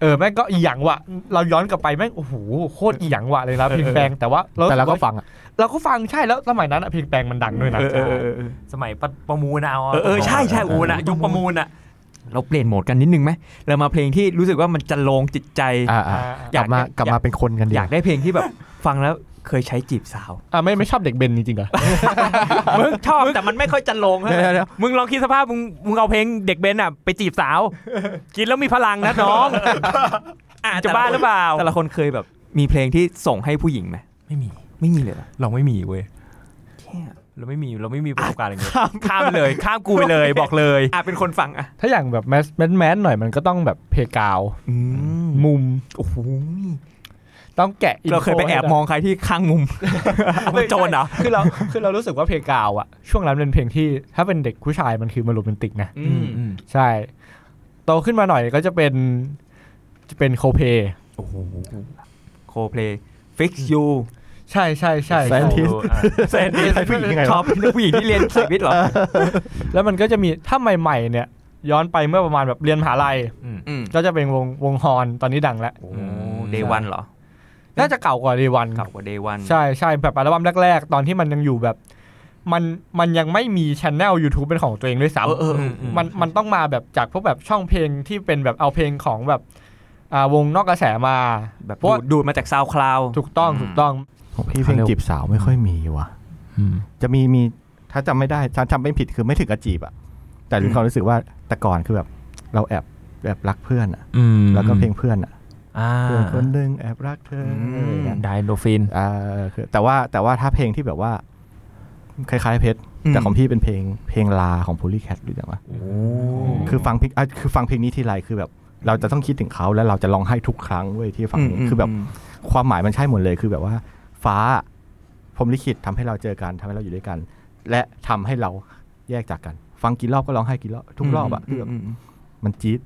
เออแม่งก็อีหยังวะ เราย้อนกลับไปแม่งโอ้โหโคตรอีหยังวะเลยนะเพลงแปลงแต่ว่า แต่เราก็ สึว่ ฟังอะ เราก็ฟังใช่แล้วสมัยนั้นอะเพลงแปลงมันดังด้วยนะ สมัยประประมูลเอาะ เออเออใช่ใช่โอ้โหนะ ยุคประมูลอะ เราเปลี่ยนโหมดกันนิดนึงไหมเรามาเพลงที่รู้สึกว่ามันจะลงจิตใจ อ่าอ่า อก ยา ลั ก บมากลับมาเป็นคนกันดี อยากได้เพลงที่แบบ ฟังแล้วเคยใช้จีบสาว อ่ะไม่ไม่ชอบเด็กเบนจริงๆเหรอ มึงชอบแต่มันไม่ค่อยจะลง เดี๋ยวเดี๋ยวเดี๋ยว มึงลองคิดสภาพมึงมึงเอาเพลงเด็กเบนอ่ะไปจีบสาว กินแล้วมีพลังนะน้อง อาจจะบ้าหรือเปล่า แต่ละคนเคยแบบมีเพลงที่ส่งให้ผู้หญิงไหม ไม่มี ไม่มีเลยเหรอ เราไม่มีเว้ย แค่ เราไม่มีเราไม่มีประสบการณ์อย่างเงี้ย ข้าม ข้ามเลย ข้ามกูไป เลยบอกเลย อ่ะเป็นคนฟังอ่ะ ถ้าอย่างแบบแมสแมสหน่อยมันก็ต้องแบบเพกาว อืม มุม โอ้โห ต้องแกะ info เราเคยไปแอบ ให้ได้ มองใครที่ข้างมุมเป็นโจรเหรอ คือเราคือเรารู้สึกว่าเพลงกาวอะช่วงนั้นเป็นเพลงที่ถ้าเป็นเด็กผู้ชายมันคือมันโรแมนติกนะ อืม ใช่โตขึ้นมาหน่อยก็จะเป็นจะเป็นโคเพ โคเพลย์ฟิกยู ใช่ใช่ใช่ แฟนทิส เซน ใช้ผู้หญิงยังไงวะ ชอบผู้หญิงที่เรียนสายวิทย์เหรอ แล้วมันก็จะมีถ้าใหม่ ๆ เนี่ย ย้อนไปเมื่อประมาณแบบเรียนมหาลัย อืม ก็จะเป็นวงวงฮอนตอนนี้ดังแล้ว โอ้เดวันเหรอ น่าจะเก่ากว่าเดวัน เก่ากว่าเดวัน ใช่ใช่แบบอัลบั้มแรก ๆ ตอนที่มันยังอยู่แบบ มันมันยังไม่มีช anel YouTube เป็นของตัวเองด้วยซ้ำ เออเออ มันมันต้องมาแบบจากพวกแบบช่องเพลงที่เป็นแบบเอาเพลงของแบบอ่าวงนอกกระแสมา แบบ เพราะว่า ดูดมาจากซาวคลาว ถูกต้อง อืม ถูกต้อง ของพี่เพลงจีบสาวไม่ค่อยมีว่ะจะมีมีถ้าจำไม่ได้ถ้าจำไม่ผิดคือไม่ถึงกับจีบอะแต่มีความรู้สึกว่าแต่ก่อนคือแบบเราแอบแบบรักเพื่อนอะแล้วก็เพลงเพื่อนอะ อ่า เพื่อนคนหนึ่งแอบรักเธออ ม อย่างเงี้ย ไดโนฟิน อ่าคือแต่ว่าแต่ว่าถ้าเพลงที่แบบว่า คล้ายๆเพชรแต่ของพี่เป็นเพลงเพลงลาของ p o l y Cat รู้จักปะคือฟังเพลงอ่ะคือฟังเพลงนี้ทีไรคือแบบ เราจะต้องคิดถึงเขาแล้วเราจะร้องไห้ทุกครั้งเว้ยที่ฟังนี้คือแบบ ความหมายมันใช่หมดเลยคือแบบว่า ฟ้าพรหมลิขิตทำให้เราเจอกันทำให้เราอยู่ด้วยกัน และทำให้เราแยกจากกัน ฟังกี่รอบก็ร้องไห้กี่รอบทุกรอบอะคือแบบมันจี๊ด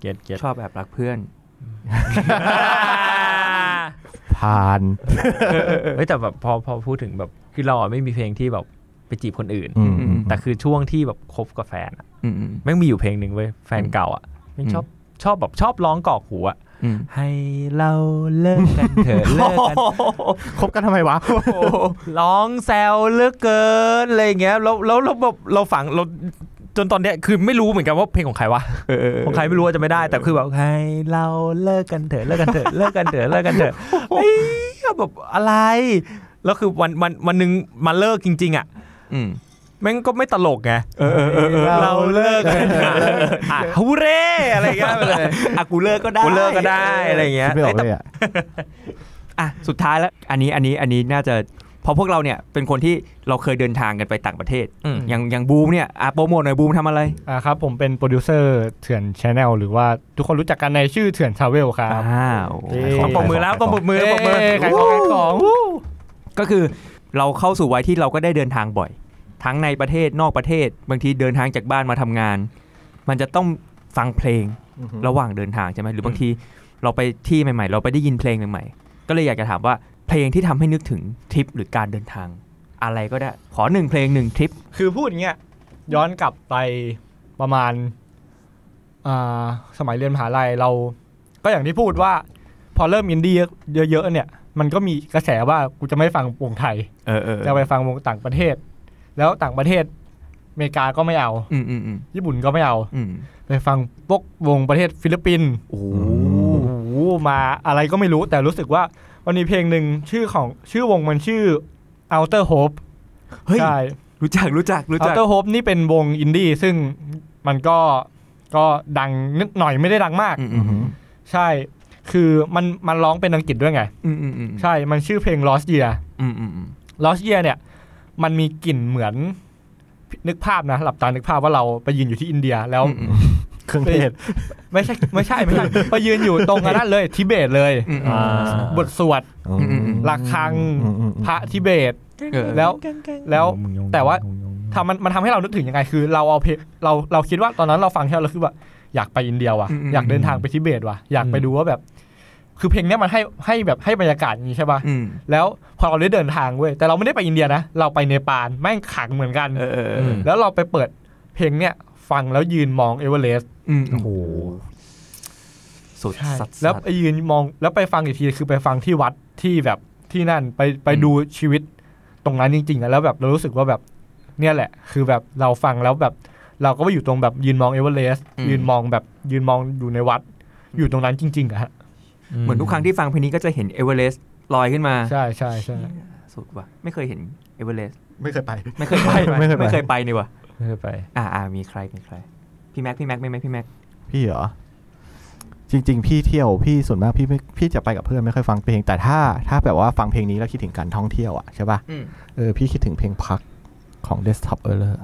เก็ตเก็ต ชอบแอบรักเพื่อน ผ่าน เฮ้ยแต่แบบพอพอพูดถึงแบบคือเราอะไม่มีเพลงที่แบบไปจีบคนอื่น อืม แต่คือช่วงที่แบบคบกับแฟนอะแม่งมีอยู่เพลงหนึ่งเว้ยแฟนเก่าอ่ะแม่งชอบชอบแบบชอบร้องกรอกหูอ่ะ อืม ให้เราเลิกกันเถ อะเลิกกัน คบกันทำไมวะ ร้องแซวเหลือกเกินอะไรอย่างเงี้ยแล้วแล้วแล้วแบบเราฝังเราจนตอนเนี้ยคือไม่รู้เหมือนกันว่าเพลงของใครวะของใครไม่รู้ว่าจะไม่ได้ แต่คือแบบให้เราเลิกกันเถอะเลิกกันเถอะเลิกกันเถอะเลิกกันเถอะ เอ้ยแบบอะไรแล้วคือวันวันวันหนึ่งมาเลิกจริง ๆ อ่ะแม่งก็ไม่ตลกไงเราเลิกกันเถอะอ่ะฮูเร่อะไรอย่างเงี้ยไปเลย อะกูเลิกก็ได้ กูเลิกก็ได้อะไรอย่างเงี้ย ไม่ออก แต่ เลยอะ อ่ะสุดท้ายแล้ว อันนี้อันนี้อันนี้น่าจะเพอพวกเราเนี่ยเป็นคนที่เราเคยเดินทางกันไปต่างประเทศ อืม อย่างอย่างบูมเนี่ยอ่ะโปรโมทหน่อยบูมทำอะไร อ่าครับผมเป็นโปรดิวเซอร์เถื่อนชาแนลหรือว่าทุกคนรู้จักกันในชื่อเถื่อนชาเวลครับ อ้าว เย้ ต้องปรบมือแล้วต้องปรบมือต้องปรบมือ เยขายของขายของ ก็คือเราเข้าสู่วัยที่เราก็ได้เดินทางบ่อย ทั้งในประเทศนอกประเทศ บางทีเดินทางจากบ้านมาทำงาน มันจะต้องฟังเพลงระหว่างเดินทางใช่ไหมหรือบางทีเราไปที่ใหม่ ๆ เราไปได้ยินเพลงใหม่ๆ ก็เลยอยากจะถามว่าเพลงที่ทำให้นึกถึงทริปหรือการเดินทาง อะไรก็ได้ขอหนึ่งเพลงหนึ่งทริป คือพูดอย่างเงี้ยย้อนกลับไปประมาณอ่าสมัยเรียนมหาลัยเรา ก็อย่างที่พูดว่า พอเริ่มอินดี้เยอะๆเนี่ย มันก็มีกระแสว่ากูจะไม่ฟังวงไทย เออเออ จะไปฟังวงต่างประเทศ แล้วต่างประเทศอเมริกาก็ไม่เอา อืมอืมอืม ญี่ปุ่นก็ไม่เอา อืม ไปฟังพวกวงประเทศฟิลิปปินส์ โอ้โห โอ้โหมาอะไรก็ไม่รู้แต่รู้สึกว่าวันนี้เพลงหนึ่งชื่อของชื่อวงมันชื่อ Outer Hope เฮ้ย ใช่ รู้จักรู้จักรู้จัก Outer Hope นี่เป็นวงอินดี้ซึ่งมันก็ก็ดังนิดหน่อยไม่ได้ดังมาก อืมอื อื ม อหือ ใช่ คือมันมันร้องเป็นอังกฤษด้วยไง อืมอืมอืม ใช่ มันชื่อเพลง Lost Year อืมอืมอืม Lost Year เนี่ย มันมีกลิ่นเหมือนนึกภาพนะ หลับตานึกภาพว่าเราไปยืนอยู่ที่อินเดียแล้ว อืม เครื่องเทศ ไม่ใช่ไม่ใช่ไม่ใช่ไปยืนอยู่ตรงอันนั้นเลยทิเบตเลย อืม อ่า บทสวด อืมอืมอืม ระฆัง อืมอืมอืม พระทิเบต เออ แล้วแล้วแต่ว่าทำมันมันทำให้เรานึกถึงยังไงคือเราเอาเพลงเราเราคิดว่าตอนนั้นเราฟังแค่เราคือว่าอยากไปอินเดียว่ะ อืมอืม อยากเดินทางไปทิเบตว่ะอยากไปดูว่าแบบ คือเพลงเนี้ยมันให้ให้แบบให้บรรยากาศอย่างนี้ใช่ป่ะ อืม แล้วพอเราได้เดินทางเว้ยแต่เราไม่ได้ไปอินเดียนะ เราไปเนปาลแม่งขังเหมือนกัน เออเออเออ แล้วเราไปเปิดเพลงเนี้ยฟังแล้วยืนมองเอเวอเรสต์ อืม โอ้โห สุดสัตว์ แล้วไปยืนมองแล้วไปฟังอีกทีคือไปฟังที่วัดที่แบบที่นั่นไปไปดูชีวิตตรงนั้นจริงๆอะแล้วแบบเรารู้สึกว่าแบบ เนี่ยแหละ คือแบบเราฟังแล้วแบบ เราก็ไปอยู่ตรงแบบยืนมองเอเวอเรสต์ยืนมองแบบยืนมองอยู่ในวัด อยู่ตรงนั้นจริง ๆอะฮะ เหมือนทุกครั้งที่ฟังเพลงนี้ก็จะเห็นเอเวอเรสต์ลอยขึ้นมา ใช่ใช่ใช่ สุดว่ะไม่เคยเห็นเอเวอเรสต์ ไม่เคยไป ไม่เคยไป ไม่เคยไป ไม่เคยไปนี่ว่ะ ไม่เคยไป อ่าอ่ามีใครมีใคร พี่แม็กพี่แม็กไม่ไหมพี่แม็ก พี่เหรอ จริง ๆ พี่เที่ยวพี่ส่วนมากพี่ไม่พี่จะไปกับเพื่อนไม่ค่อยฟังเพลง แต่ถ้าถ้าแบบว่าฟังเพลงนี้แล้วคิดถึงการท่องเที่ยวอ่ะใช่ป่ะ อืม เออพี่คิดถึงเพลงพักของ Desktop e r l e r ม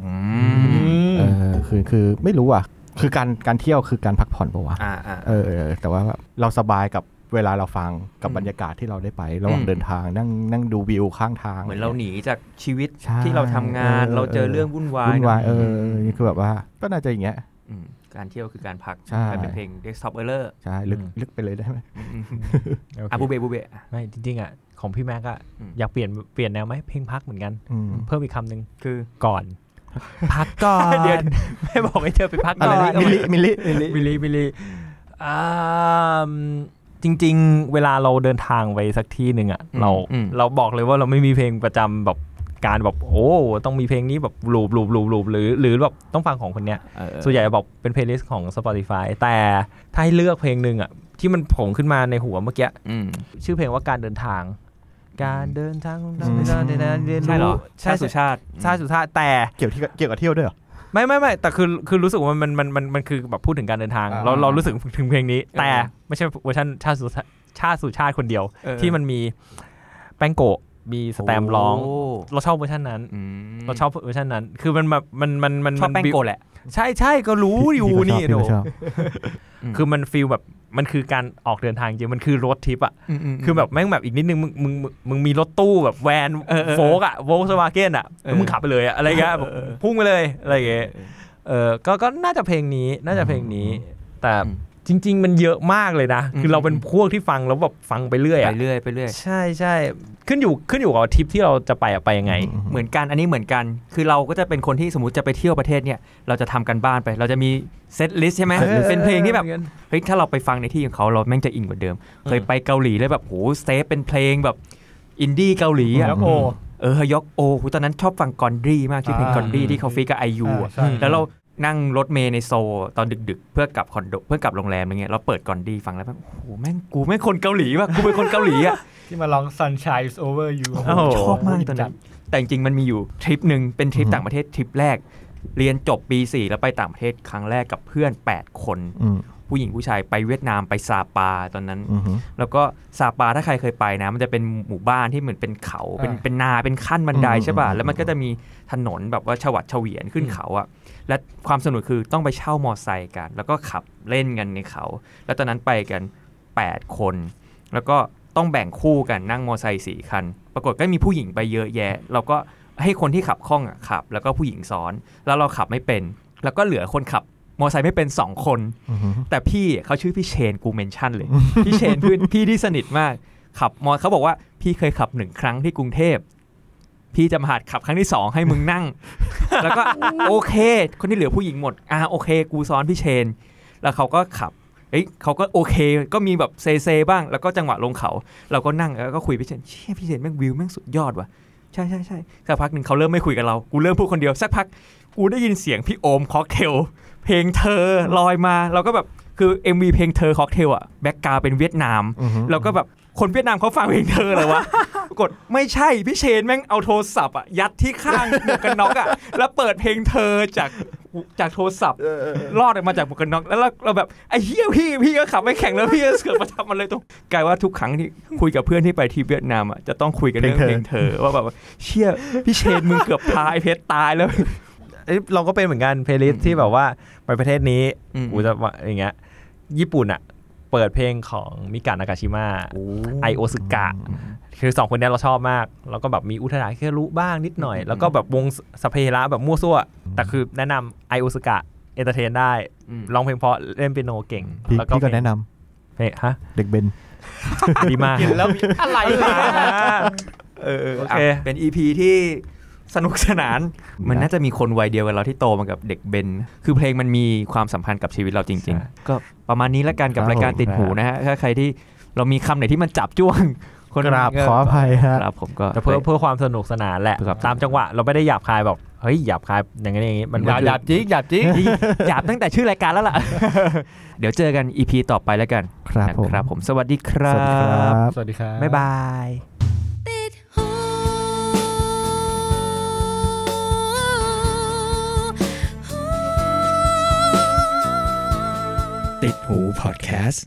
เออคือคือไม่รู้อ่ะ คือการการเที่ยวคือการพักผ่อนปะวะ อ่าอ่า เออเออแต่ว่าเราสบายกับเวลาเราฟังกับ อืม บรรยากาศที่เราได้ไประหว่าง อืม เดินทางนั่งนั่งดูวิวข้างทาง เหมือนเราหนีจากชีวิต ใช่ ที่เราทำงาน เออ เราเจอเรื่องวุ่นวาย วุ่นวายเออ ม นี่คือแบบว่า ก็น่าจะอย่างเงี้ย มการเที่ยวคือการพัก ใช่ กลายเป็นเพลง desktop e r l e r ใช่ลึก อืม ลึกไปเลยได้ไหม อ่ะบูเบบูเบอ่ะ ไม่จริงๆอ่ะของพี่แม็กอะ อืม อยากเปลี่ยนเปลี่ยนแนวไหมเพลงพักเหมือนกัน อืม เพิ่มอีกคำหนึ่ง คือ ก่อน พักก่อน เดี๋ยว ไม่บอกให้เธอไปพัก อะไร ก่อน นะมิลลิมิลลิ มิลลิมิลลิอ่ามจริง ๆ เวลาเราเดินทางไปสักที่หนึ่งอ่ะ อืม เรา อืม เราบอกเลยว่าเราไม่มีเพลงประจำแบบการแบบโอ้ต้องมีเพลงนี้แบบลูบลูบลูบลูบหรือหรือแบบต้องฟังของคนเนี้ย เออ ส่วนใหญ่จะบอกเป็นเพลย์ลิสต์ของ Spotify แต่ถ้าให้เลือกเพลงหนึ่งอ่ะที่มันโผงขึ้นมาในหัวเมื่อกี้ อืม ชื่อเพลงว่าการเดินทาง การเดินทางของเรา อืม เดินทางเดินทางเรียน ใช่เหรอ รู้ ชา ใช่ ติสุ ใช่ ชาติ ใช่สุชาติแต่ เกี่ยวที่เกี่ยวกับเที่ยวด้วยเหรอ ไม่ไม่ไม่แต่คือคือรู้สึกว่ามันมันมันมันคือแบบพูดถึงการเดินทาง เรา อ่า เรารู้สึกถึงเพลงนี้ เออ แต่ไม่ใช่เวอร์ชันชาติสุชาติชาติสุชาติคนเดียว เออ ที่มันมีแป้งโกะมีสแตมป์ร้อง โ เราชอบเวอร์ชันนั้น อืม เราชอบเวอร์ชันนั้น คือมันแบบมันมันมัน ชอบแป้ง มัน โกะแหละ ใช่ใช่ก็รู้ พี่ อยู่ พี่ก็ช นี่ บ โด พี่ก็ชอบ คือมันฟีลแบบมันคือการออกเดินทางจริงมันคือรถทริปอ่ะ คือแบบแม่งแบบอีกนิดนึงมึงมึงมึงมึงมีรถตู้แบบแวน เออเออ โฟกอะโวลสวาเกนอะ เออ มึงขับไปเลยอะอะไรเงี้ย เออเออ พุ่งไปเลยอะไรเงี้ยเออก็ก็น่าจะเพลงนี้น่าจะเพลงนี้ แต่ อืม จริง ๆ มันเยอะมากเลยนะ คืมอเราเป็นพวกที่ฟังแล้วแบบฟังไปเรื่อย ไป อะ เรื่อยไปเรื่อย ใช่ใช่ขึ้นอยู่ขึ้นอยู่กับทริปที่เราจะไปอะไปยังไง เหมือนกันอันนี้เหมือนกัน คือเราก็จะเป็นคนที่สมมติจะไปเที่ยวประเทศเนี่ย เราจะทำกันบ้านไป เราจะมีเซตลิสต์ใช่ไหม set list เป็นเพลงที่แบบ เออ เฮ้ย ถ้าเราไปฟังในที่ของเขาเราแม่งจะอินกว่าเดิม เคยไปเกาหลีแล้วแบบโหเซฟเป็นเพลงแบบ อินดี้เกาหลีอะ แล้วโอ เออยอกโอโหตอนนั้นชอบฟังกอนดรีมากชื่อเพลง อ่าก อนดรีที่เขาฟีกับไอยู อ่าใช่ แล้วเรานั่งรถเมล์ในโซลตอนดึก ๆ เพื่อกลับคอนโดเพื่อกลับโรงแรมอะไรเงี้ยเราเปิดกอนดรีฟังแล้วแบบโอ้โหแม่งกูแม่งคนเกาหลีว่ะกูเป็นคนเกาหลีอะ ที่มาร้อง sunshine is over you โอ้โหชอบมากตอนนั้นแต่จริงๆมันมีอยู่ทริปหนึ่งเป็นทริป อืม ต่างประเทศทริปแรก เรียนจบปี 4 แล้วไปต่างประเทศครั้งแรกกับเพื่อน 8 คน อืม ผู้หญิงผู้ชายไปเวียดนามไปซาปาตอนนั้น อืมอืม แล้วก็ซาปาถ้าใครเคยไปนะ มันจะเป็นหมู่บ้านที่เหมือนเป็นเขาเป็น อ่า เป็นนาเป็นขั้นบันได อืม ใช่ป่ะ อืม แล้วมันก็จะมีถนนแบบว่าฉวัดเฉวียนขึ้นเขาอะและความสนุกคือต้องไปเช่ามอไซค์กัน แล้วก็ขับเล่นกันในเขา แล้วตอนนั้นไปกัน 8 คน แล้วก็ต้องแบ่งคู่กันนั่งมอไซค์สี่คัน ปรากฏก็มีผู้หญิงไปเยอะแยะ เราก็ให้คนที่ขับคล่องอะขับ แล้วก็ผู้หญิงซ้อน แล้วเราขับไม่เป็น แล้วก็เหลือคนขับมอไซค์ไม่เป็นสองคน อืมอืม แต่พี่เขาชื่อพี่เชนกูเมนชั่นเลย พี่เชนเพื่อนพี่ที่สนิทมาก ขับมอเขาบอกว่าพี่เคยขับหนึ่งครั้งที่กรุงเทพ พี่จะมาหัดขับครั้งที่สองให้มึง นั่ง แล้วก็โอเค คนที่เหลือผู้หญิงหมดอ่าโอเค กูซ้อนพี่เชน แล้วเขาก็ขับเอ้ยเขาก็โอเค ก็มีแบบเซเซบ้าง แล้วก็จังหวะลงเขา เราก็นั่งแล้วก็คุยพี่เชนเชี่ยพี่เชนแม่งวิวแม่งสุดยอดว่ะใช่ใช่ใช่สักพักหนึ่งเขาเริ่มไม่คุยกับเรากูเริ่มพูดคนเดียวสักพัก กูได้ยินเสียงพี่โอมค็อกเทล เพลงเธอลอยมาเราก็แบบคือ MV เพลงเธอค็อกเทลอะแบ็กกราวด์เป็นเวียดนาม อือฮึ เราก็แบบคนเวียดนามเขาฟังเพลงเธอเลยว ะ ปรากฏไม่ใช่พี่เชนแม่งเอาโทรศัพท์อะยัดที่ข้างหมวกกันน็อกอะแล้วเปิดเพลงเธอจากจากโทรศัพท์ลอดออกมาจากหมวกกันน็อกแล้วเราเราแบบไอ้เหี้ยพี่พี่ก็ขับไม่แข็งแล้วพี่ก็เสือกมาทำอะไรตรงกลายว่าทุกครั้งที่คุยกับเพื่อนที่ไปที่เวียดนามอะจะต้องคุยกันเรื่องเพลงเธอว่าแบบว่าเชี่ยพี่เชนมึงเกือบพาไอ้เพชรตายแล้ว เอ้ยเราก็เป็นเหมือนกันเพลย์ลิสที่แบบว่าไปประเทศนี้ อืม กูจะว่าอย่างเงี้ยญี่ปุ่นอะเปิดเพลงของมิกะนากาชิมะไอโอสึกะ คือสองคนเนี้ยเราชอบมาก แล้วก็แบบมีอุทนาเครู้บ้างนิดหน่อย แล้วก็แบบวงสพเประแบบมั่วซั่ว แต่คือแนะนำไอโอสึกะเอนเตอร์เทนได้ อืม ร้องเพลงเพราะเล่นเปียโนเก่ง พี่พี่ก็แนะนำ เพลงฮะ เด็กเบน ดีมาก แล้วมีอะไรมา เออเออ โอ อ่ะ เค เป็น EP ที่สนุกสนาน มันน่าจะมีคนวัยเดียวกับเราที่โตมากับเด็กเบน คือเพลงมันมีความสัมพันธ์กับชีวิตเราจริง ๆ ก็ประมาณนี้ละกันกับ ครับ รายการ ผม ติดหูนะฮะ ถ้าใครที่เรามีคำไหนที่มันจับจ้วง คน กราบขออภัยฮะ กราบผมก็ แต่เพื่อเพื่อความสนุกสนานแหละ ครับ ตามจังหวะเราไม่ได้หยาบคายแบบเฮ้ยหยาบคายอย่างนี้นอย่างนี้มัน ห ก็ ยาบ คือ หยาบจิกหยาบจิก หยาบตั้งแต่ชื่อรายการแล้วล่ะ เดี๋ยวเจอกัน EP ต่อไปแล้วกัน ครับ นะ ผม ครับผมสวัสดีครั สวัสดีค บ รับ สวัสดีครับ บ๊ายบาย ติดติดหูหูหูพอดแคสต์